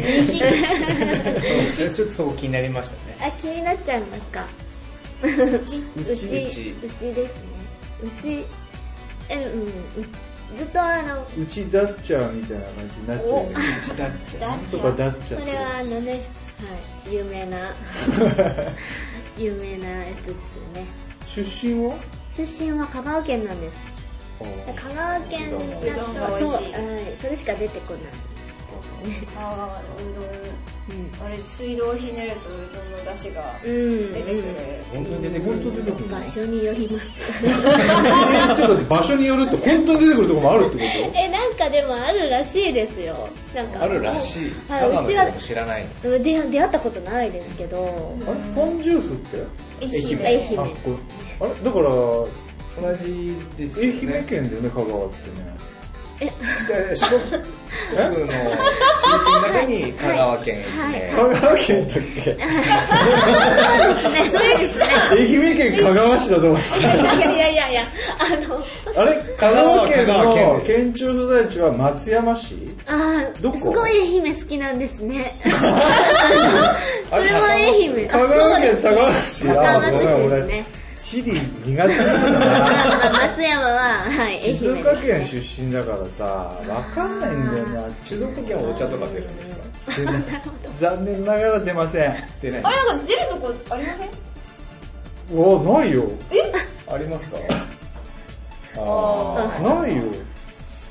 S3: れちょっとそこ気になりましたね
S6: あ気になっちゃいますかうちうち
S3: う
S6: う
S3: ち
S6: ちですねうちえうんうずっとあの
S4: うちだっちゃーみたいな感じになっちゃうよね
S3: だって
S7: ダ
S4: う
S7: ッ
S4: ち
S7: チ
S4: とか
S7: は
S4: だっち
S6: そ
S4: ゃー
S6: れはあのね、はい、有名 な有名なやつです
S4: 出身
S6: よね
S4: は
S6: 出身は香川県なんです香川県だと
S7: うどんが美味
S6: そう
S7: しい
S6: はいそれしか出てこない
S7: あーうどんあれ水道をひねるとうどんの出汁が
S6: う
S7: 出
S6: ん、
S7: てくる、
S3: 本当に出てくる
S4: 本当出てく
S6: うん、
S4: る
S6: 場所によります
S4: ちょっと待って場所によると本当に出てくるとこもあるってこ
S6: えなんかでもあるらしいですよなんか
S3: あるらしい
S6: はい
S3: ただの
S6: うちは
S3: 人も知らないの
S6: うん出出会ったことないですけど
S4: とあれポンジュースって
S7: 愛媛
S6: 愛
S4: あ
S6: 媛
S4: これあれだから
S3: 同じです
S4: 愛
S3: よ
S4: 媛
S3: ね
S4: 県だよね香川ってね
S3: いやいや四国四国の地域の中に香川県愛媛
S4: 香川県だっけ
S6: そうですね
S4: 愛媛県香川市だと思って
S6: いやいやいやいやあの
S4: たあれ香川県
S3: 香川県
S4: の
S3: です
S4: 県庁所在地は松山市
S6: あ
S4: ど
S6: あ
S4: こ
S6: すごい愛媛好きなんですねそれは愛媛
S4: 香川
S6: あ
S4: 県
S6: そう
S4: 高
S6: で
S4: 松
S6: す
S4: 市
S6: ね
S4: あご
S6: 高
S4: め
S6: 松市
S4: ん
S6: です
S4: 俺
S6: ね
S4: 地理苦手だ
S6: ま
S4: な
S6: あまあ松山は、はい、愛媛
S4: 静
S6: で
S4: 岡
S6: す
S4: 県出身だからさわかんないんだよな
S3: 静岡県はお茶とか出るんですか
S4: 出ない残念ながら出ません
S3: 出ない
S7: あれなんか出るとこありません
S4: うわないよ
S3: ありますか
S7: あ
S4: ないよ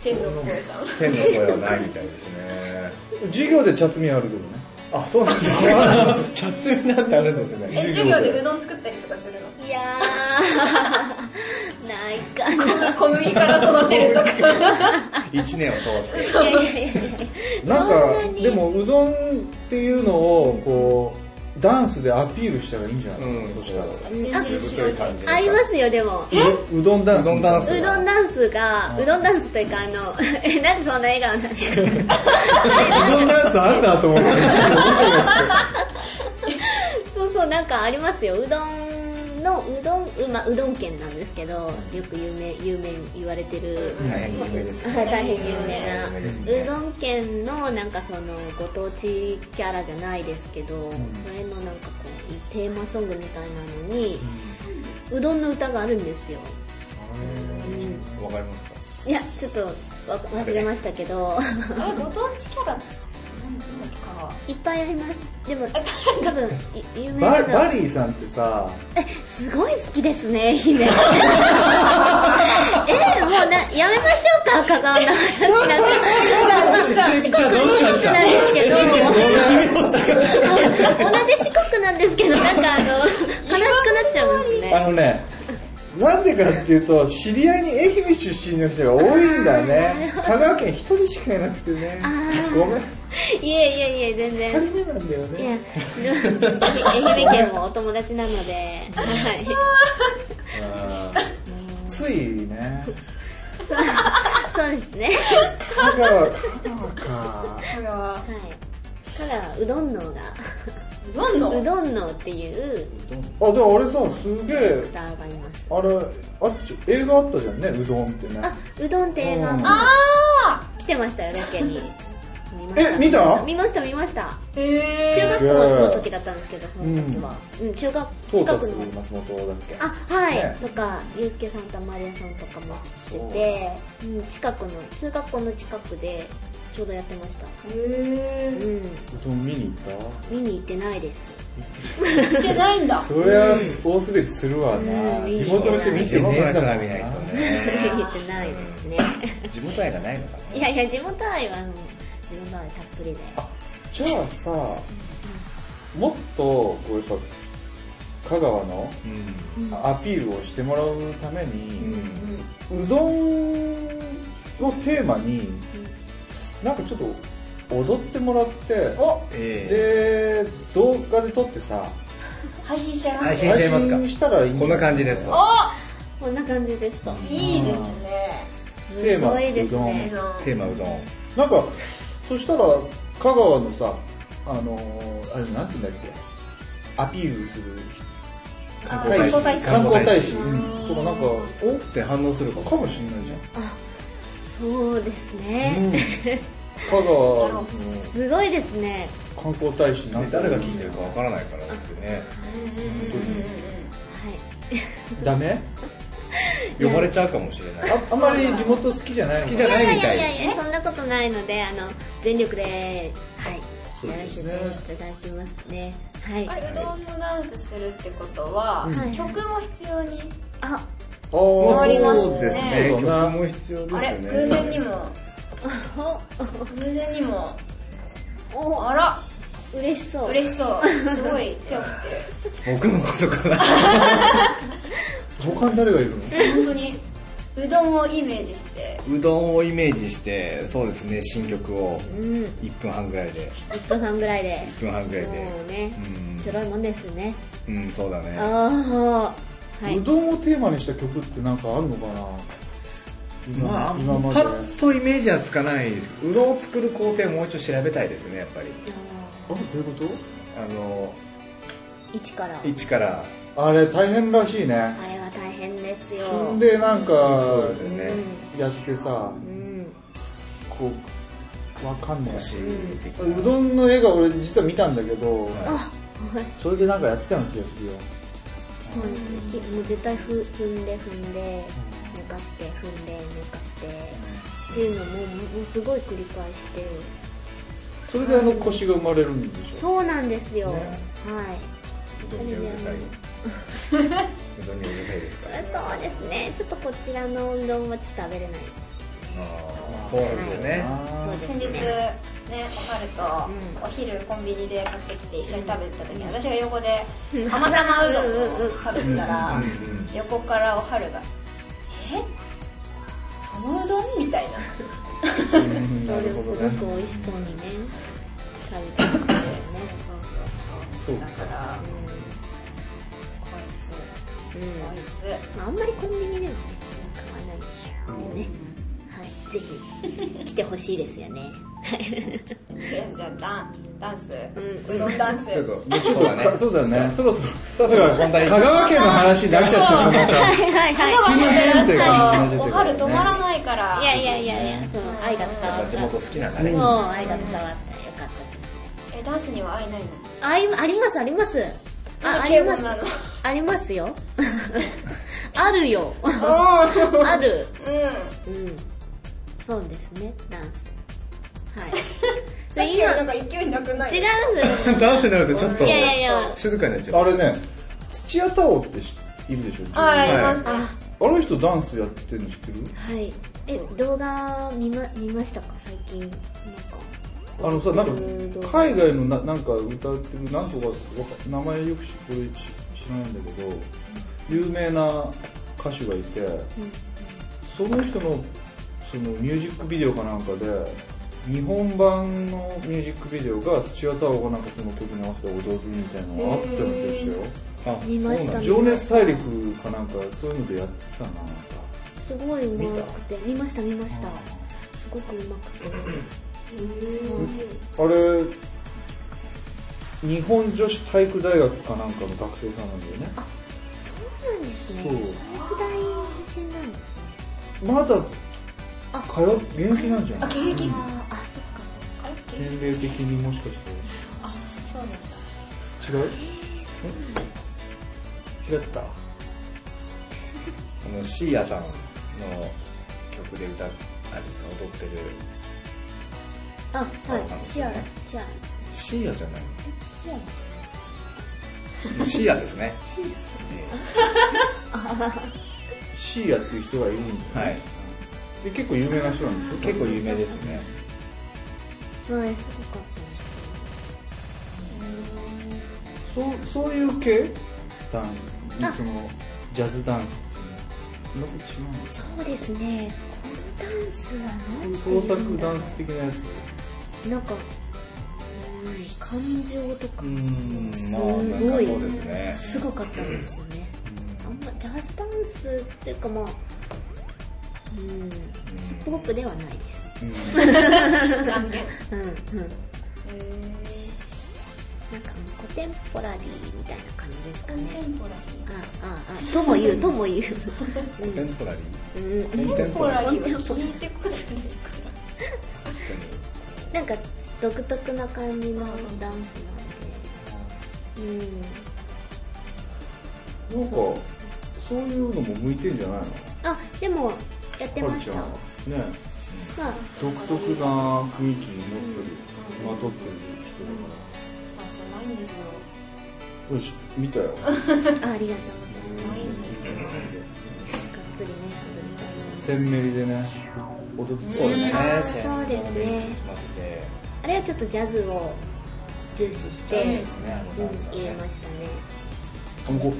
S7: 天の声さん
S3: 天の声はないみたいですね
S4: 授業で茶摘みあるけどね
S3: あそうなんですか茶摘みなんてあるんですね
S7: え授業でうどん作ったりとかするの
S6: いやー ないかな
S7: 小麦から育てるとか
S3: 一年を通して
S6: いやいやいやいや
S4: なん
S6: そんな
S4: か
S6: に
S4: でもうどんっていうのをこうダンスでアピールしたらいいんじゃない、
S3: うん
S4: そしたら
S3: 太い感じ
S6: ありますよでも
S4: ううどんダンス
S3: うどんダン
S6: う
S3: ス
S6: どんダンスがうどんダンスというかあの えなんでそんな笑顔なんですか
S4: うどんダンスあるなと思って
S6: そうそうなんかありますようどんのうどんう,、まあ、うどん県なんですけどよく有名有名言われてる、
S3: 大変有名です
S6: あ大変有名な、うどん県のなんかそのご当地キャラじゃないですけど、それのなんかこうテーマソングみたいなのに、うどんの歌があるんですよ、うん
S3: わかりますか
S6: いやちょっとわ忘れましたけど
S7: あれご当地キャラなんなんだっけかない
S6: っぱいありますでも多分い有名
S4: バ
S6: な
S4: バリーさんってさ
S6: えすごい好きですね愛 媛えもうなやめましょうか香川の話なん
S3: 中
S6: か
S3: 吉はどうしま
S6: 四
S3: し
S6: 国
S3: た
S6: なんですけど同じ四国なんですけどなんかあの悲しくなっちゃいま
S4: あ
S6: すね
S4: のねなんでかっていうと知り合いに愛媛出身の人が多いんだよね香川県一人しかいなくてねごめん
S6: いえいえいえ全
S4: 二
S6: 然
S4: 人目なんだよ
S6: い
S4: ね
S6: やでも愛媛県もお友達なのではい
S4: ついね
S6: そうですね
S4: 香 川香川か
S7: これは
S6: はい香川うどん能が
S7: うどんの
S6: うどん能っていう
S4: あでもあれさすげえ
S6: 歌がいます
S4: あれあっち映画あったじゃんねうどんってね
S6: あうどんって映
S4: うん
S6: 画
S7: ああ
S6: 来てましたよロケに見ま
S4: え見た
S6: 見ました見ました
S7: へ
S6: 中
S7: え
S6: 学校の時だったんですけどその時は、うん中学
S4: トー
S6: 近
S4: タ
S6: く
S4: ス
S6: の
S4: 松本だっけ
S6: あはい、
S4: ね
S6: とかユうスケさんとマリアさんとかも来ててう、ん、近くの中学校の近くでちょうどやってました
S7: へ
S6: うん
S4: うどん見に行っ
S6: 見に行ってないです
S7: 行ってないんだ
S4: それは大滑りするわな地元の人見て
S3: 地
S4: ね
S3: 元
S4: え
S3: の
S4: んだ
S3: 人
S4: も
S3: が
S4: ん
S3: 見ないと
S6: 言
S3: ね
S6: えてないで すね
S3: 地元愛がないのかない
S6: やいや地元愛はもう地元愛たっぷりで
S4: じゃあさもっとこうやっぱ香川の
S3: うん
S4: アピールをしてもらうために、
S6: うん
S4: うどんをテーマになんかちょっと踊ってもらって
S7: お
S3: え
S4: で動画で撮ってさ
S7: 配信しちゃい
S3: え
S7: ます
S3: 配信しちゃいますか
S4: 信したらいいんじ
S3: こ
S4: ゃ
S3: ん
S4: な
S3: ない感じですと
S7: お
S6: こんな感じですと
S7: いいですね
S4: テ
S6: す
S4: ーマ
S6: ごいですね
S7: うどん
S3: テーマうどん
S4: なんかそしたら香川のさあのーあれなんて言うんだっけアピールする
S7: 観
S4: 大
S7: 光
S4: 使
S7: 大使
S4: 観光大使
S6: うん
S4: とかなんか
S3: おって反応するかも
S4: かもしれないじゃん
S6: そうですね、
S4: 香川の
S6: すごいですね
S4: 観光大使なん
S3: ね誰が聞いてるかわからないからってね
S6: は
S4: ダメ
S3: 呼ばれちゃうかもしれない
S4: ああんまり地元好きじゃないの
S3: 好きじゃない
S6: い
S3: み
S6: い
S3: た
S6: や
S3: い
S6: いやいやいやそんなことないのであの全力ではいやらせていただきますねはい
S7: あれうどんのダンスするってことは、
S6: うん
S7: 曲も必要に、
S6: あ
S4: あー
S7: ありますね
S3: そうですね
S4: そう
S3: 曲
S4: だな
S3: も必要
S7: あ
S3: です
S7: れ
S3: よね
S7: 偶然にも偶
S6: お
S7: 然にも
S6: お
S7: あら
S6: 嬉しそう
S7: 嬉しそうすごい手を振っ
S3: 僕のことかな
S4: 他に誰がいるの
S7: てる本当にうどんをイメージして
S3: うどんをイメージしてそうですね新曲を
S6: うん
S3: 1分半ぐらいで
S6: 1分半ぐらいで
S3: 1分半ぐらいで
S6: もうね
S3: うん
S6: すごいもんですね
S3: うんそうだね
S6: ああはいう
S4: どんをテーマにした曲ってなんかあるのかな今,、
S3: まあ
S4: 今まで
S3: パッとイメージはつかないですうどんを作る工程をもう一度調べたいですねやっぱり
S6: あ
S4: あどういうこ
S3: あの
S6: ー一からあ
S3: 一から
S4: とあれ大変らしいね
S6: れは大変ですよ
S4: そんでな
S3: そ
S4: ん
S3: う
S4: か
S3: ですよね
S4: やってさ
S6: うん
S4: こうわかんない
S3: 腰的な
S4: うどんの絵が俺実は見たんだけど、
S3: は
S4: それでなんかやってたような気がするよ
S6: そうですねきもう絶対ふ踏んで踏んで抜かして踏んで抜かしてっていうのももうすごい繰り返して
S4: それであの腰が生まれるんでしょ
S6: そうなんですよ、
S4: ね
S6: はいう
S3: どんにはうるさいうどんにはうるさいですから
S6: そうですねちょっとこちらのうどんはちょっと食べれない
S3: あーそうなんですね
S6: そうです
S7: 先日ねわかると、お昼コンビニで買ってきて一緒に食べてた時に私が横でたま たまうどんを食べてたら横からおはるが「えそのうどん?」みたいな
S4: うんなるほ
S6: す
S4: どね
S6: ごく美味しそうにね食べてますよね
S7: そうそうそう
S4: そう
S7: だからこいつ
S6: うん、うん
S7: こいつ
S6: まあ、あんまりコンビニではね買わないのでね、はいぜひ来てほしいですよね
S7: えじゃあダンダンス、
S6: う
S7: うどんダンス
S3: ちょっとそうだね
S4: そうだよねそろそろさす
S3: ろ
S4: が
S3: 本題に
S4: 香川県の話になっちゃったなまた
S6: はいはいはい
S7: 香川
S4: すいま
S7: さ
S4: せん
S7: ん
S4: って感じ
S7: おはる止まらないから
S6: いやいやいやいやその愛が伝わっ
S3: 地
S6: た
S3: 元好きなんだね
S6: もう愛が伝わったよかったです
S7: えダンスには会えないの
S6: あいありますありますあ
S7: なん
S6: あ
S7: で
S6: り
S7: 敬
S6: ま
S7: 語
S6: す
S7: なの
S6: ありますよ あるよある
S7: う
S6: うんそうですねダンスはい
S7: んさ っ
S6: で
S7: きよ
S6: 今
S7: りなんか勢いなくない
S6: 違うん ですよ
S3: ダンスになるとちょっと
S6: いやいやいや
S3: 静かになっちゃ
S4: あ
S3: う
S4: れね土屋太鳳って知いるでしょ
S7: ああ
S4: あ
S7: いますね、
S6: あ
S4: の人ダンスやってるの知ってる
S6: はいえ動画見ま見ましたか最近なんか
S4: あのさなん
S6: うん動
S4: か
S6: 画
S4: 海外のななんか歌ってるなんとかわか名前よく知これ知知らないんだけど有名な歌手がいて、その人のそのミュージックビデオかなんかで日本版のミュージックビデオが土屋太鳳がなんかその曲に合わせて踊るみたいなのがあったような気がしたよ
S3: あ
S6: 見まし
S4: 「
S6: た見
S4: 情
S6: ま
S4: 熱
S6: し
S4: 大陸」かなんかそういうのでやってたななんか
S6: たすごいうまくて見ました見ましたすごくうまくて
S4: あれ日本女子体育大学かなんかの学生さんなんだよね
S6: そうなんですね
S4: そう
S6: 体育大出身なんですね
S4: まだ
S6: あ
S4: 通っ現役なんじゃない
S7: 現役
S6: ああそっか
S4: 年齢的にもしか
S7: そうなんだ
S4: して違う違ってた
S3: あのシーヤさんの曲で歌っあれ踊ってる
S6: あはいシアシア
S3: シーヤじゃないの
S6: シア
S3: シーラですね。
S4: シーヤっていう人がいるんだよ
S3: は
S4: ね
S3: い。
S4: で結構有名な人なんでしょ
S3: 結構有名ですね。
S6: そうですすごく
S4: そうそういう系ダン
S6: あ
S4: スそのジャズダンスっていうのそんなことしない
S6: そうですねこのダンスは何て
S4: の
S6: 言うんだ
S4: 創
S6: ろう
S4: 作ダンス的なやつ
S6: なんか、うん、感情とか
S3: うん、
S6: す
S3: まあ
S6: ご
S3: なん
S6: い
S3: かそうですね。
S6: すごかったんですよね、あんまジャズダンスっていうかまあうんヒップホップではないです
S7: 断言
S6: うんうんなんかもうコテンポラリーみたいな感じですか
S7: コンテ
S6: ね
S7: ンポラリ
S6: あああとも言うとも言
S3: コンテンポラリー。
S6: う、うん、
S7: ーコンテンポラリーは
S6: コンテン
S7: 聞いてことないから
S6: ポなんか独特な感じのダンスなんでうん
S4: なんかそういうのも向いてんじゃないの
S6: あでもやって
S4: カ
S6: ま
S4: ル
S6: し
S4: チャ
S6: た
S4: ー
S6: ま
S4: ね
S6: あ
S4: 独特な雰囲気に持ってるまとってる人だから
S7: ダンスないんですよ
S4: よし見たよ
S6: あありがと
S7: ないんですよ
S6: うがっつりね踊り
S4: 鮮
S6: たいな
S4: 明でね踊って
S3: そうですね
S6: うん。
S3: 専門の勉強済ませて。
S6: あれはちょっとジャズを重視し
S3: そう
S6: て
S3: で、すね、あの
S6: うん
S3: ダンスは
S6: 入れ
S3: ね。
S6: ましたね。
S4: あのこう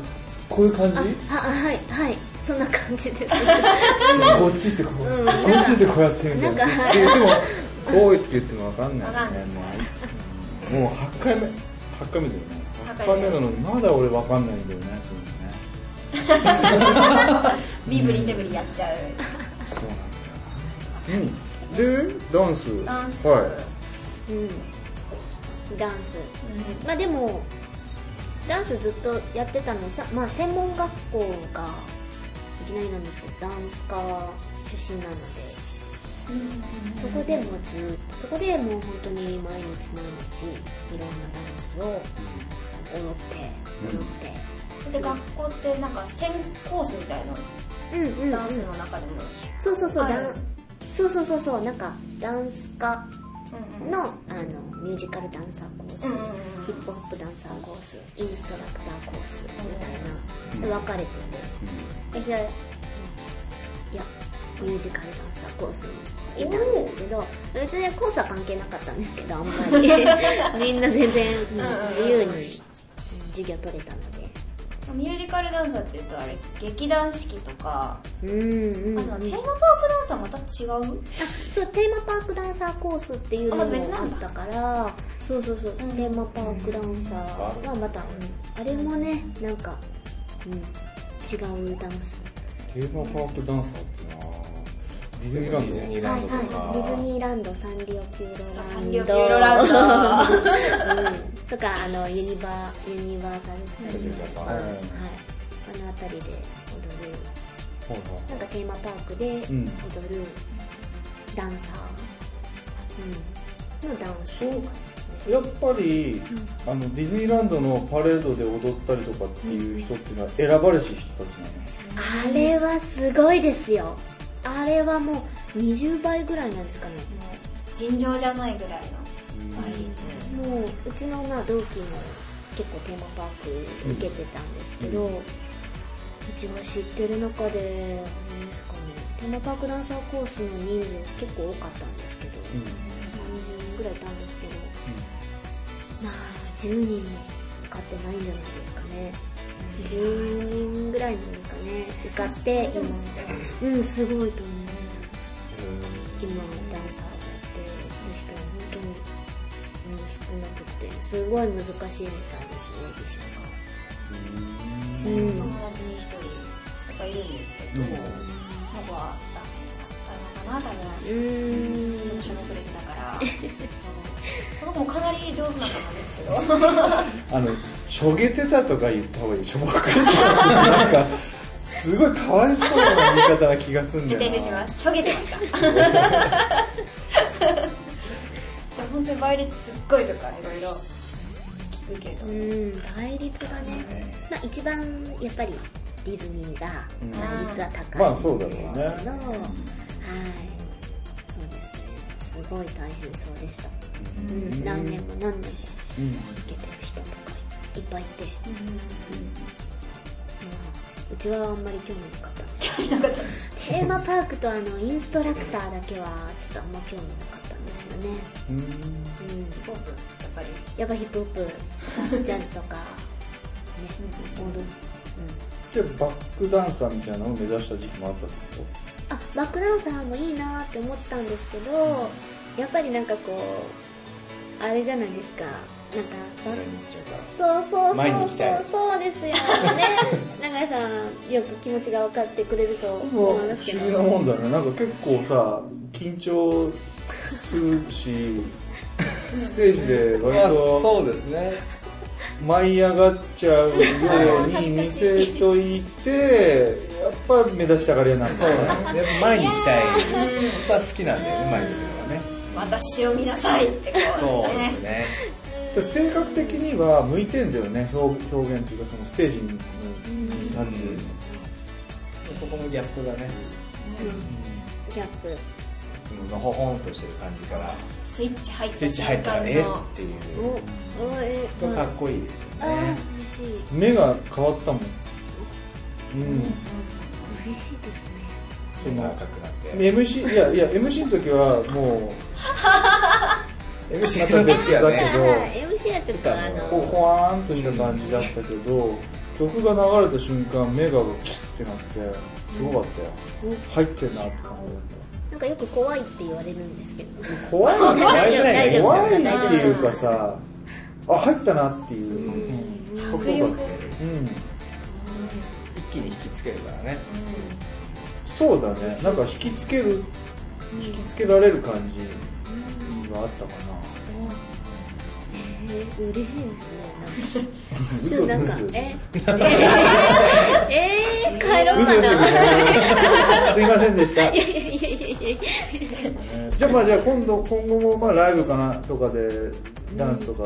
S4: こういう感じ
S6: あ、あ、あはい、はい、そんな感じです。
S4: こっちってこう、
S6: うん
S4: こっちってこうやってるんだよ
S6: なんか
S4: ででもこうって言ってもわかんない
S7: わかんない
S4: ねもうもう8回目8回目だよね
S7: 八
S4: 8
S7: 回
S4: 回
S7: 目
S4: 目なのにまだ俺わかんないんだよねそういうのね
S7: 身振り手振りやっちゃう
S4: そうなんだよなうんでダンス
S7: ダンス、
S4: は
S6: うん。ダンス。
S7: うん
S6: まあでも、ダンスずっとやってたのさ、まあ専門学校が、いきなりなんですけど、ダンス科出身なので、そこでもうずっと、そこでもう本当に毎日毎日、いろんなダンスを踊って、踊って。
S7: で学校ってなんか専コースみたいな
S6: うんうんうん、
S7: ダンスの中でも、
S6: そうそうそう、
S7: ある
S6: ダンそうそうそうそうなんかダンス科
S7: うんうん
S6: のあのミュージカルダンサーコース、
S7: うんうんうん
S6: ヒップホップダンサーコースインストラクターコースみたいな、で分かれてて、私はいやミュージカルダンサーコースにいたんですけど別にコースは関係なかったんですけどあんまり みんな全然うん
S7: うんうん
S6: 自由にうん授業取れたので
S7: ミュージカルダンサーっていうとあれ劇団四季とか、
S6: うんう
S7: あ
S6: ん、うん
S7: のテーマパークダンサーまた違う
S6: あそうテーマパークダンサーコースっていうのも
S7: あまた別な
S6: あ
S7: ん
S6: っ
S7: だ
S6: たからそうそうそう、
S7: うん
S6: テーマパークダンサーはまた、うんあれもねなんか、うん、違うダンス
S4: いテーマパークダンサーってなディズニーランド
S3: ディズニー
S6: は
S3: ランドとか。
S6: いはいディズニーランドサンリオピューロランド
S7: そうサンリオピューロラン
S6: うん、とかあのユニバユニバーサル・スタジオジャパン、
S4: うん
S6: はい、あの辺りで踊る
S4: はいはい
S6: なんかテーマパークで
S4: ん
S6: 踊るダンサー、うん、のダンス
S4: そうやっぱり、あのディズニーランドのパレードで踊ったりとかっていう人っていうのは選ばれし人たちなの
S6: あれはすごいですよあれはもう20倍ぐらいなんですかね
S7: もう尋常じゃないぐらいの倍率
S6: もううちのな同期も結構テーマパーク受けてたんですけど、うちが知ってる中であれですかねテーマパークダンサーコースの人数結構多かったんですけど、30人ぐらいいたんですけど、まあ10人も受かってないんじゃないですかね10人ぐらいなんですかね受かって
S7: でも
S6: 今うんすごいと思う今ダンサーをやってる人は本当に、うん、少なくてすごい難しいみたいですねオーディションがうん
S7: 友達に一人とかいるんですけど、なんかダメだったのかな多分
S6: うん
S7: ちょっとしょぼくれてたからそのその子もかなり上手な子なんですけど
S4: あのしょげてたとか言った方がいいしょぼくれてたってなんかすごいかわいそうな言い方な気がすんだ
S7: 絶
S4: よな
S7: 対出しますしょげてましたいや本当に倍率すっごいとかいろいろ聞くけど、
S6: うん倍率がね、
S3: ね
S6: まあ、一番やっぱりディズニーが倍率は高い、
S4: まあそうだろうね
S6: はいそうですねすごい大変そうでした、うん何年も何年も受けてる人とかいていっぱいいて、まあ、うちはあんまり興味なかったテーマパークとあのインストラクターだけはちょっとあんま興味なかったんですよねうん
S7: ポップやっぱり
S6: やっぱヒップホップ ジャズとかね踊る、うん、
S4: じゃあバックダンサーみたいなのを目指した時期もあったってこ
S6: あバックダンサーもいいなって思ったんですけど、やっぱりなんかこうあれじゃないですかなんかバッ
S2: 裏に行っちゃうから
S6: そうそう
S2: 前に行
S6: そう
S2: き
S6: そ
S2: たいう
S6: そうです よね永井さんよく気持ちが分かってくれると思い
S4: と
S6: ますけ
S4: 不
S6: ど
S4: 思議なもんだねなんか結構さ緊張するしステージで割
S3: まあ
S4: と
S3: そうですね
S4: 舞い上がっちゃうように見せといてやっぱ目立ちたがり屋なん
S3: そう
S4: だね
S3: だねやっぱ前に行きたいやっぱ好きなんだよね前に行くのがね
S7: 私を見なさいってこ
S3: そう
S7: う
S3: で
S7: ね
S3: すね
S4: で性格的には向いてんだよね表表現というかそのステージに立つ、
S3: そこもギャップがね
S6: ギャップ
S3: そののほほんとしてる感じから
S7: スイッチ入っ
S3: スイ
S7: た
S3: ッチ
S7: 瞬
S3: 入った
S7: 間
S3: らえ
S7: の
S3: ってい
S6: お
S3: う
S6: おえ
S3: とかっこいいです
S6: あ
S3: よ
S6: あ
S3: ね
S6: 嬉しい
S4: 目が変わったもん、うん
S6: 嬉しいですね
S4: その
S3: 細かくなって
S4: MC いやいや MC の時はも
S3: MC
S4: また別だけど
S6: はいはい MC はちょっとあ
S4: うこう
S6: の
S4: ほわーんとした感じだったけど曲が流れた瞬間目がキッてなってすごかったよ、
S6: うん
S4: 入ってんなって感じだった
S6: なんかよく怖いって言われるんですけど
S4: 怖いの
S3: 怖いぐらいだよ
S4: 怖いっていうかさあ入ったなっていう、かっこよかったうん
S3: 一気に引きつけるからね
S4: そうだねなんか引きつける引きつけられる感じがあったか
S6: えー、嬉しいで
S4: な
S6: すねちょっとなんか
S4: 嘘嘘
S6: ええー、帰ろうか な
S4: すいませんでした。
S6: いやいやいやいや
S4: じゃあまあじゃあ今度今後もまあライブかなとかでダンスとか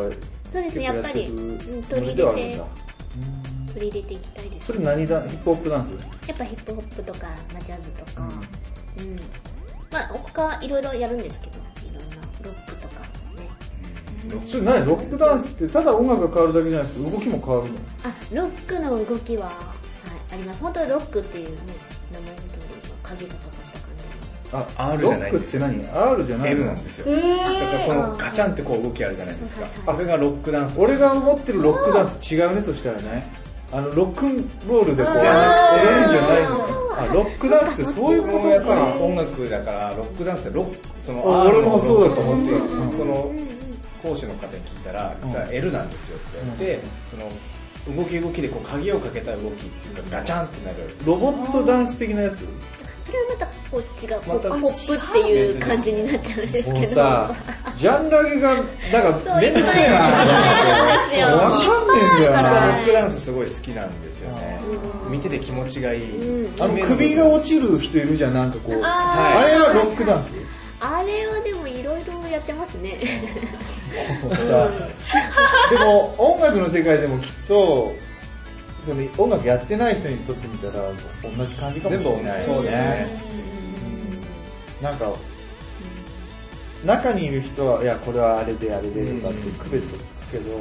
S6: そうですねやっぱり、
S4: 結構
S6: うん、
S4: やって
S6: 取
S4: い
S6: り
S4: くつもりでは
S6: 入
S4: ある
S6: れ
S4: ん
S6: て
S4: だ。
S6: 取り入れていきたいです
S4: それ何ダンヒップホップダンス？
S6: やっぱヒップホップとか、まあ、ジャズとかうん、まあ他はいろいろやるんですけどいろんなロックとかね
S4: それ何ロックダンスってただ音楽が変わるだけじゃなくて動きも変わるの？
S6: あロックの動きは、はい、あります本当にロックっていうね名前の通り鍵がかかった感
S4: あ
S3: R
S4: ロ
S3: じゃな
S4: ッ
S3: い
S4: ク
S3: ん
S4: っ
S3: で
S4: て
S3: す
S4: 何？R じゃない
S3: M
S4: の
S3: なんですよだからこのガチャンってこう動きあるじゃないですかあれがロックダンス
S4: 俺が思ってるロックダンス違うねそしたらねあのロックンロールでこう踊るんじゃないのねあロックダンスってそういうこと
S3: や
S4: や
S3: っ
S4: か
S3: ぱり
S4: ら
S3: 音楽だからロックダンスってロックその
S4: あ
S3: R
S4: 俺もそうだと思
S3: の
S4: っ
S3: ロ
S4: て
S3: ッ
S4: る
S3: クダンスその
S6: じの、うんうん
S3: 講師の方に聞いたら実は L なんですよって言ってその動き動きでこう鍵をかけた動きっていうかガチャンってなる
S4: ロボットダンス的なやつ
S6: それはまたこう違う、
S3: また
S6: ポップっていう感じになっちゃうんです
S4: も
S6: け
S4: う
S6: ど
S4: さジャンル上げがなんかめんどくせえな
S6: そういっぱいあるんですよ
S4: わかんねえんだよ
S3: ロ
S4: な
S3: ックダンスすごい好きなんですよね見てて気持ちがいい
S4: あの首が落ちる人いるじゃんなんかこうあれはロックダンス
S6: あれはでもいろいろやってますね
S4: さでも音楽の世界でもきっとその音楽やってない人にとってみたら同じ感じかもしれな
S3: 全部同
S4: い
S3: じそうですね
S4: なんか中にいる人はいやこれはあれであれでとかって区別つくけど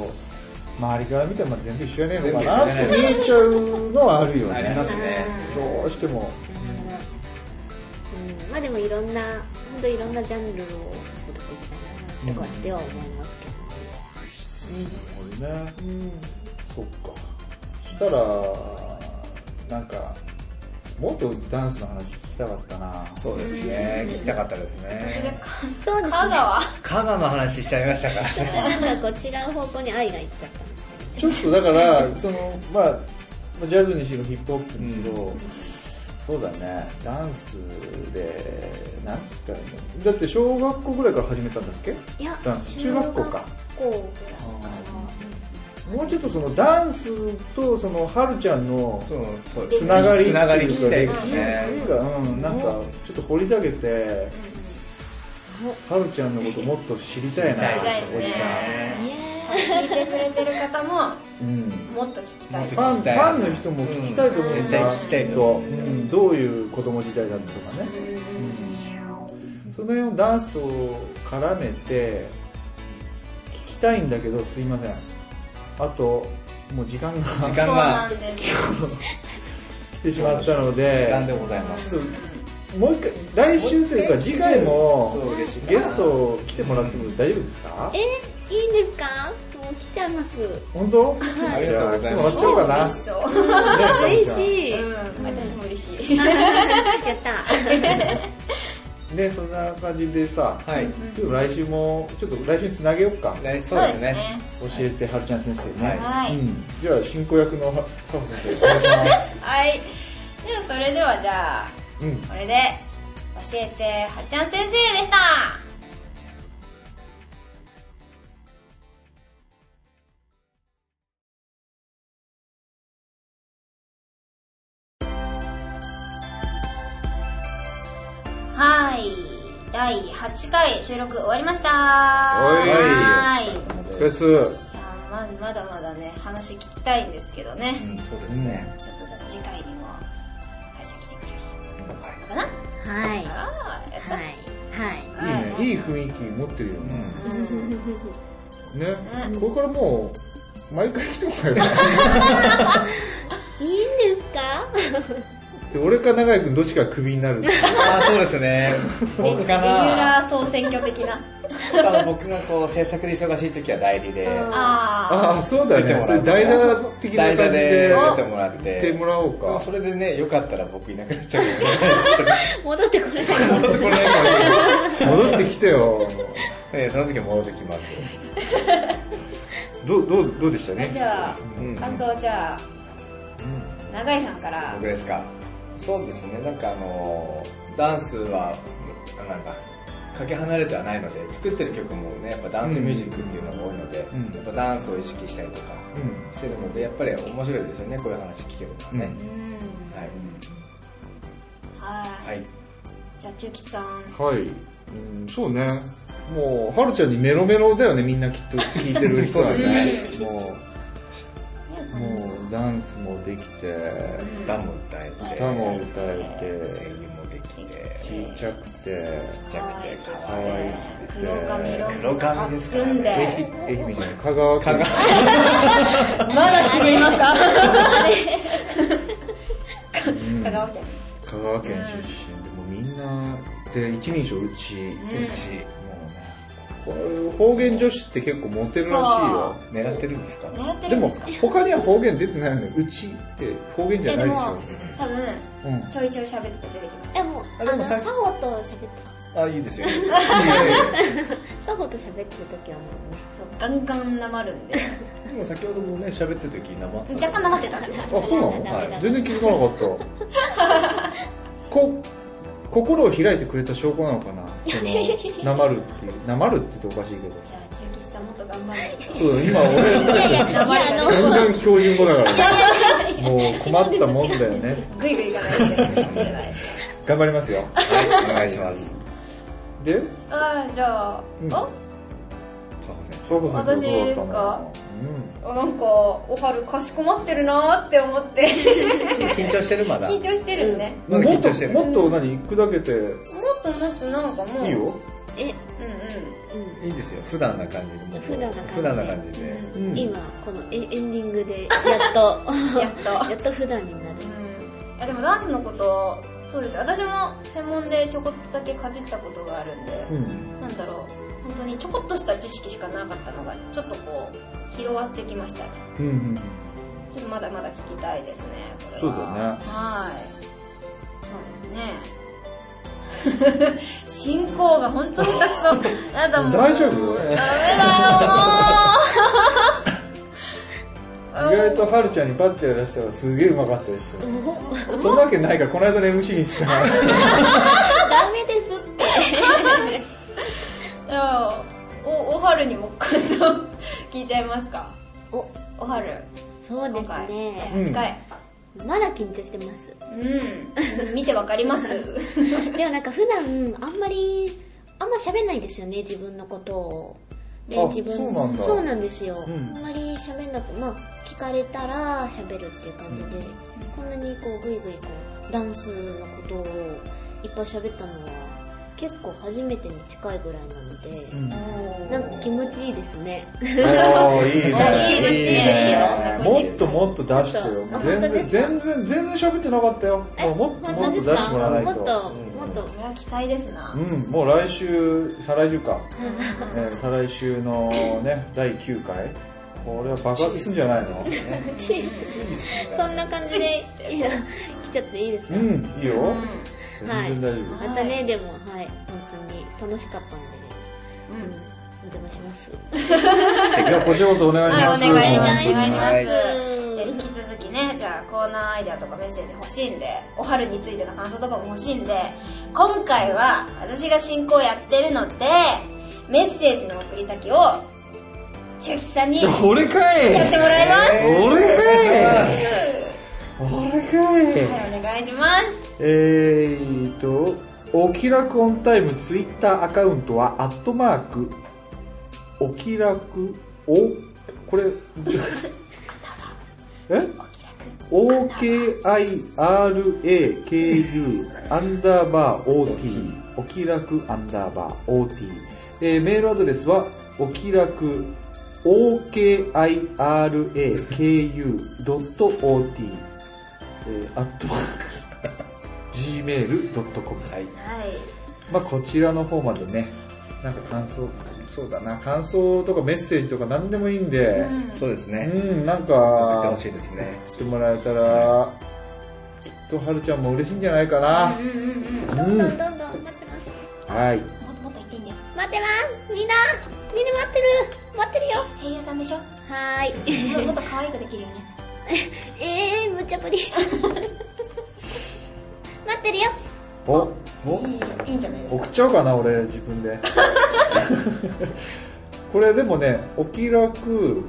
S4: 周りから見たらまあ全部一緒やねえのかなって見えちゃうのはあるよ
S3: あり
S4: ね
S3: ます ね
S4: どうしても
S6: うんまあでもいろんな本当いろんなジャンルを踊っていきたいなとかっては思いますけど、
S4: これね
S6: うん
S4: そっかそしたらなんかもっとダンスの話聞きたかったな
S3: そうですね聞きたかったですね
S6: そうですね
S7: 香川
S3: 香川の話しちゃいましたからね
S6: なんかこう違う方向に愛がいっちゃったんですけど
S4: ちょっとだからそのまあまあジャズにしろヒップホップにしろ、そうだねダンスでなんて言ったらいいのだって小学校ぐらいから始めたんだっけ
S6: いや
S4: ダンス中学校か
S6: 中学校ぐらい
S4: もうちょっとそのダンスとそのはるちゃんの
S3: そうそう
S4: つながり
S3: つながり聞き
S4: ってうか
S3: たいですね
S4: 歴史っていうかうん、なんかちょっと掘り下げてはるちゃんのこともっと知りたいな
S3: 知りたいです
S7: ね
S4: おじさ
S7: 聞いてくれてる方も
S4: ん、うん、
S7: もっと聞きたい
S4: ファン
S3: 聞き
S4: フ
S3: たい
S4: ァンの人も聞きたいと思
S3: う
S4: うんだ、
S3: ん絶対聞きたいと思うんですよ
S4: うんどういう子供時代だったとかね、うんその辺をダンスと絡めて聞きたいんだけどすいませんあともう時間が
S3: 時
S7: そ
S3: 間
S7: うな
S3: が
S7: んですよ
S4: 来てしまったの
S3: 時
S4: で
S3: 間でございます
S4: ちょっともう一回来週というか次回も
S3: そう嬉しいな
S4: ゲスト来てもらっても大丈夫ですか
S6: えいいんですかもう来ちゃいます
S4: 本当
S3: ありがとうございます
S4: じゃあ来てもらっち
S7: 嬉し
S4: ゃお
S7: そう
S4: うかな
S6: 嬉し
S4: い
S6: い、
S7: うん
S6: やっ
S7: 私も嬉 しい
S6: た
S4: ねそんな感じでさ
S3: はい
S4: ちょっと来週もちょっと来週につなげようか
S3: 来そうですね
S4: 教えてはるちゃん先生ね、
S7: はい
S4: うん、じゃあ進行役のサボ先生お願いします、
S7: はいではそれではじゃあ
S4: うん
S7: これで教えてはっちゃん先生でしたはい第8回収録終わりました
S4: い
S7: はいい
S4: フェス
S7: やままだまだね話聞きたいんですけどね、
S3: うんそうですね
S7: ちょっとじゃあ次回にもはるちゃん来てくれ
S3: はい
S7: るのかな
S6: はいは
S7: ああやった
S6: いはい
S4: いいねいい雰囲気持ってるよね、
S7: うん
S4: ね、これからもう毎回来てもらえる
S6: いいんですか
S4: で俺か永井君どっちかクビになる
S3: ああそうですね僕か
S7: レギ
S3: な
S7: ュラー総選挙的な
S3: ちょっとあの僕がこう制作で忙しい時は代理で
S7: あ
S4: ああそうだ
S3: 出て
S4: よ
S3: も
S4: ね
S3: ら
S4: それ
S3: って
S4: 代打的な
S3: 代
S4: 感じ
S3: 打
S4: で
S3: で
S4: や
S3: 出てもらって
S4: ってもらおう
S3: まあ
S4: か
S3: それでねよかったら僕いなくなっちゃうけど
S6: 戻ってこれない
S3: 戻ってこれないか
S4: 戻ってきてよ
S3: らねその時は戻ってきます
S4: どうどうどうでした
S7: あ
S4: ね
S7: じゃあ
S3: うん
S7: 感想じゃあ永井さんから
S3: 僕ですかそうですねなんかあのダンスはなんかかけ離れてはないので作ってる曲もねやっぱダンスミュージックっていうのが多いので、
S4: うん
S3: やっぱダンスを意識したりとか
S4: うん
S3: してるのでやっぱり面白いですよねこういう話聞けるのはね、
S7: うん
S3: はい、
S7: は
S3: はいい
S7: じゃあ中吉さん
S4: はい、うん、そうねもうはるちゃんにメロメロだよねみんなきっと聞いてる人
S3: そう
S4: は
S3: です
S4: ね
S3: ね、も
S4: もうダンスもできて
S3: う歌も歌えて
S4: 歌も歌え
S3: 声優もできて
S4: てちっちゃくて
S3: ちっちゃくて可
S4: 可
S3: 愛い
S4: 愛くて
S7: 黒髪色
S3: 黒髪ですからね
S7: んで
S4: 愛媛愛媛じゃない香川県
S7: まだ続きますか
S4: うん
S7: 香川県
S4: 香川県出身でもうみんなで一人称うち、
S3: うち
S4: もうねこれ方言女子って結構モテるらしいよ
S3: 狙ってるんですか
S7: 狙って
S4: で
S7: るん
S4: も
S7: ですか
S4: 他には方言出てないのにうちって方言じゃ
S7: え
S4: な
S7: で
S4: いで
S7: も
S4: しょ
S7: 多分
S4: うん
S7: ちょいちょい喋って出てきます
S6: えもう
S3: あ
S6: あ
S3: でも
S6: の
S3: さ
S6: サホと喋って
S3: あいいですよ
S6: サホと喋ってる時はもうね
S7: そうガンガンなまるんで
S3: でも先ほどもね喋ってる時生
S7: 若干なまってた
S4: あそうなの、
S6: はい
S4: 全然気づかなかったこ心を開いてくれた証拠なのかなその なまるっていうなまるって言うとおかしいけど
S7: じゃあ中吉さんもっと頑張らないと
S4: そうだ今俺たち
S6: いやあの
S4: ガンガン標準語だか らねもう困ったもんだよね
S7: グイグイいかないといけないですね
S4: 頑張りますよ
S3: はいお願いします
S4: で
S7: ああじゃあ、
S4: うん
S7: あ
S3: 佐保先
S4: そうこそ
S7: 私ですかなんかおはるかしこまってるなーって思って
S3: 生緊張してるまだ
S7: 緊張してるね、
S4: うん、
S3: まだ
S4: もっ
S3: 緊
S4: と
S3: 張してる
S4: もっと何砕けて
S7: もっともっとなんかもう
S4: いいよ、
S6: え
S7: うんうん
S3: いいですよ普段な感じでもう
S6: 普段な感じで
S3: 普段な感じで
S4: う
S6: うん
S4: ん、
S6: 今このエエンディングでやっと
S7: やっと
S6: やっと普段にな
S7: う
S6: る
S7: んいやでもダンスのことそうです私も専門でちょこっとだけかじったことがあるんで、
S4: うん、
S7: なんだろう本当にちょこっとした知識しかなかったのがちょっとこう広がってきましたね
S4: うんうん
S7: ちょっとまだまだ聞きたいですねこれは
S4: そうだね
S7: はいそうですね 進行が本当に下手くそやだもう
S4: 大丈夫
S7: ダメだよもう
S4: 意外とはるちゃんにパッてやらしたらすげえうまかったですよそんなわけないからこの間の MC にしたら
S6: ダメですって
S7: じゃあおおはるにも感想聞いちゃいますか
S6: お
S7: おはる
S6: そうですね
S4: うん
S7: 今回
S6: まだ緊張してます
S7: うん、見てわかります
S6: でもなんか普段あんまりあんま喋んないですよね自分のことをで
S4: あ
S6: 自分
S4: そうなんだ
S6: そうなんですよ、
S4: うん
S6: あんまり喋んなくまあ聞かれたら喋るっていう感じで、こんなにこうグイグイこうダンスのことをいっぱい喋ったのは結構初めてに近いぐらいなので、
S7: お
S6: なんか気持ちいいですね。
S4: おーいい
S7: あいいですねいいよ
S4: もっともっと出してよ
S6: あ
S4: 全
S6: 本当で
S4: 然
S6: すか
S4: 全然全然喋ってなかったよもうもっともっと出してもらわない
S6: もっ
S4: と
S6: と、もっと。
S7: これは期待ですな
S4: うんもう来週再来週か、えー再来週のね第9回これは爆発すんじゃないの
S6: そんな感じで、いや来ちゃっていいで
S4: う
S6: すか、
S4: んいいよ
S6: は
S4: 全然大
S6: い。
S4: 丈夫
S6: またね、でも、はい、本当に楽しかったんで、うん、お邪魔します。
S4: ではこちらこそお願いします
S7: はいお願いします
S6: お願いしま
S7: お願
S6: す
S7: いしますで引き続きねじゃあコーナーアイデアとかメッセージ欲しいんでお春についての感想とかも欲しいんで今回は私が進行やってるのでメッセージの送り先を千秋さんにやっても
S4: 俺かい
S7: らいます、
S4: 俺かい俺かい、
S7: はいお願いします
S4: えーっと、お気楽オンタイムツイッターアカウントは、アットマーク、お気楽、お、これ、え ?OKIRAKU アンダーバー OT お気楽アンダーバー OT、えーメールアドレスはお気楽 OKIRAKU.OT えーアットマーク gmail.com、はい
S7: はい
S4: まあ、こちらの方までねなんか感想そうだな感想とかメッセージとか何でもいいんで
S3: そうです
S4: う
S3: ね。
S4: ん、な
S3: 送
S4: ん
S3: って
S4: か
S3: ほしいですね。
S4: してもらえたらきっとはるちゃんも嬉しいんじゃないかな、
S6: どんどんどんどん待ってます。
S4: はい
S7: もっともっと言っていいんだよ
S6: 待ってますみんなみんな待ってる待ってるよ
S7: 声優さんでしょ
S6: はーい。
S7: もっともっと可愛くできるよね
S6: えー、無茶ぶり。 待ってるよ
S4: お
S7: いいんじゃないですか
S4: 送っちゃおうかな俺自分 でこれでもね「お気楽」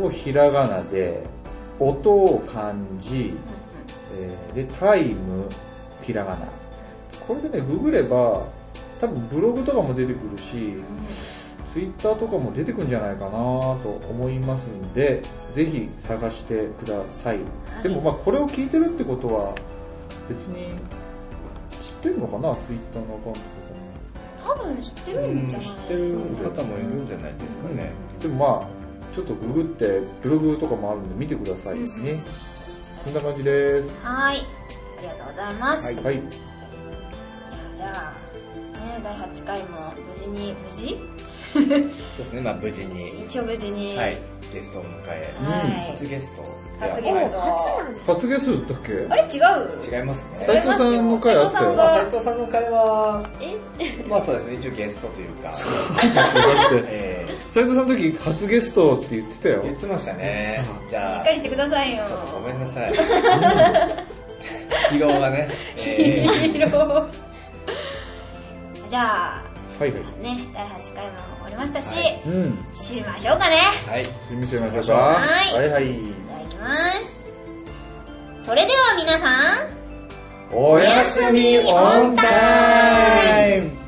S4: をひらがなで音を漢字、えーで「タイム」ひらがなこれでねググれば多分ブログとかも出てくるし、ツイッターとかも出てくるんじゃないかなと思いますんでぜひ探してください、でもまあこれを聞いてるってことは別に知ってるのかなツイッターのアカウントとかも
S7: 多分知ってるんじゃないです
S4: うん
S7: か、
S4: 知ってる
S3: 方もいるんじゃないですかね。
S4: でもまあちょっとググってブログとかもあるんで見てくださいね、こんな感じです
S7: はいありがとうございます、
S4: はい、
S7: じゃあね第8回も無事に無事
S3: そうですね。まあ無事に、
S7: 一応無事に
S3: はい、ゲストを迎え、
S7: はい
S3: 初ゲストで。
S7: 初ゲスト
S4: 発言するだっけ
S7: あれ違う
S3: 違いますね。
S4: 斉藤さんの回あったよ
S7: 斉藤
S3: 斉藤さ
S7: さんが
S3: んの会は、
S6: え
S3: まあそうですね、一応ゲストという か、
S4: だって
S3: え
S4: 斉藤さんの時初ゲストって言ってた
S3: ー
S4: よ
S3: 言ってましたね。じ
S7: し
S3: ゃ
S7: っ
S3: あ
S7: か、りしてくださいよ
S3: ちょっとごめんな さい。 疲労がね。え ー
S7: いろいろじゃあ
S4: はいはい
S7: ね第8回も終わりましたし、
S4: うん
S7: しましょうかね
S3: はい。
S4: 見せましょうか
S7: はい
S4: はいはい
S7: じゃあいきますそれでは皆さん
S4: おやすみオンタイム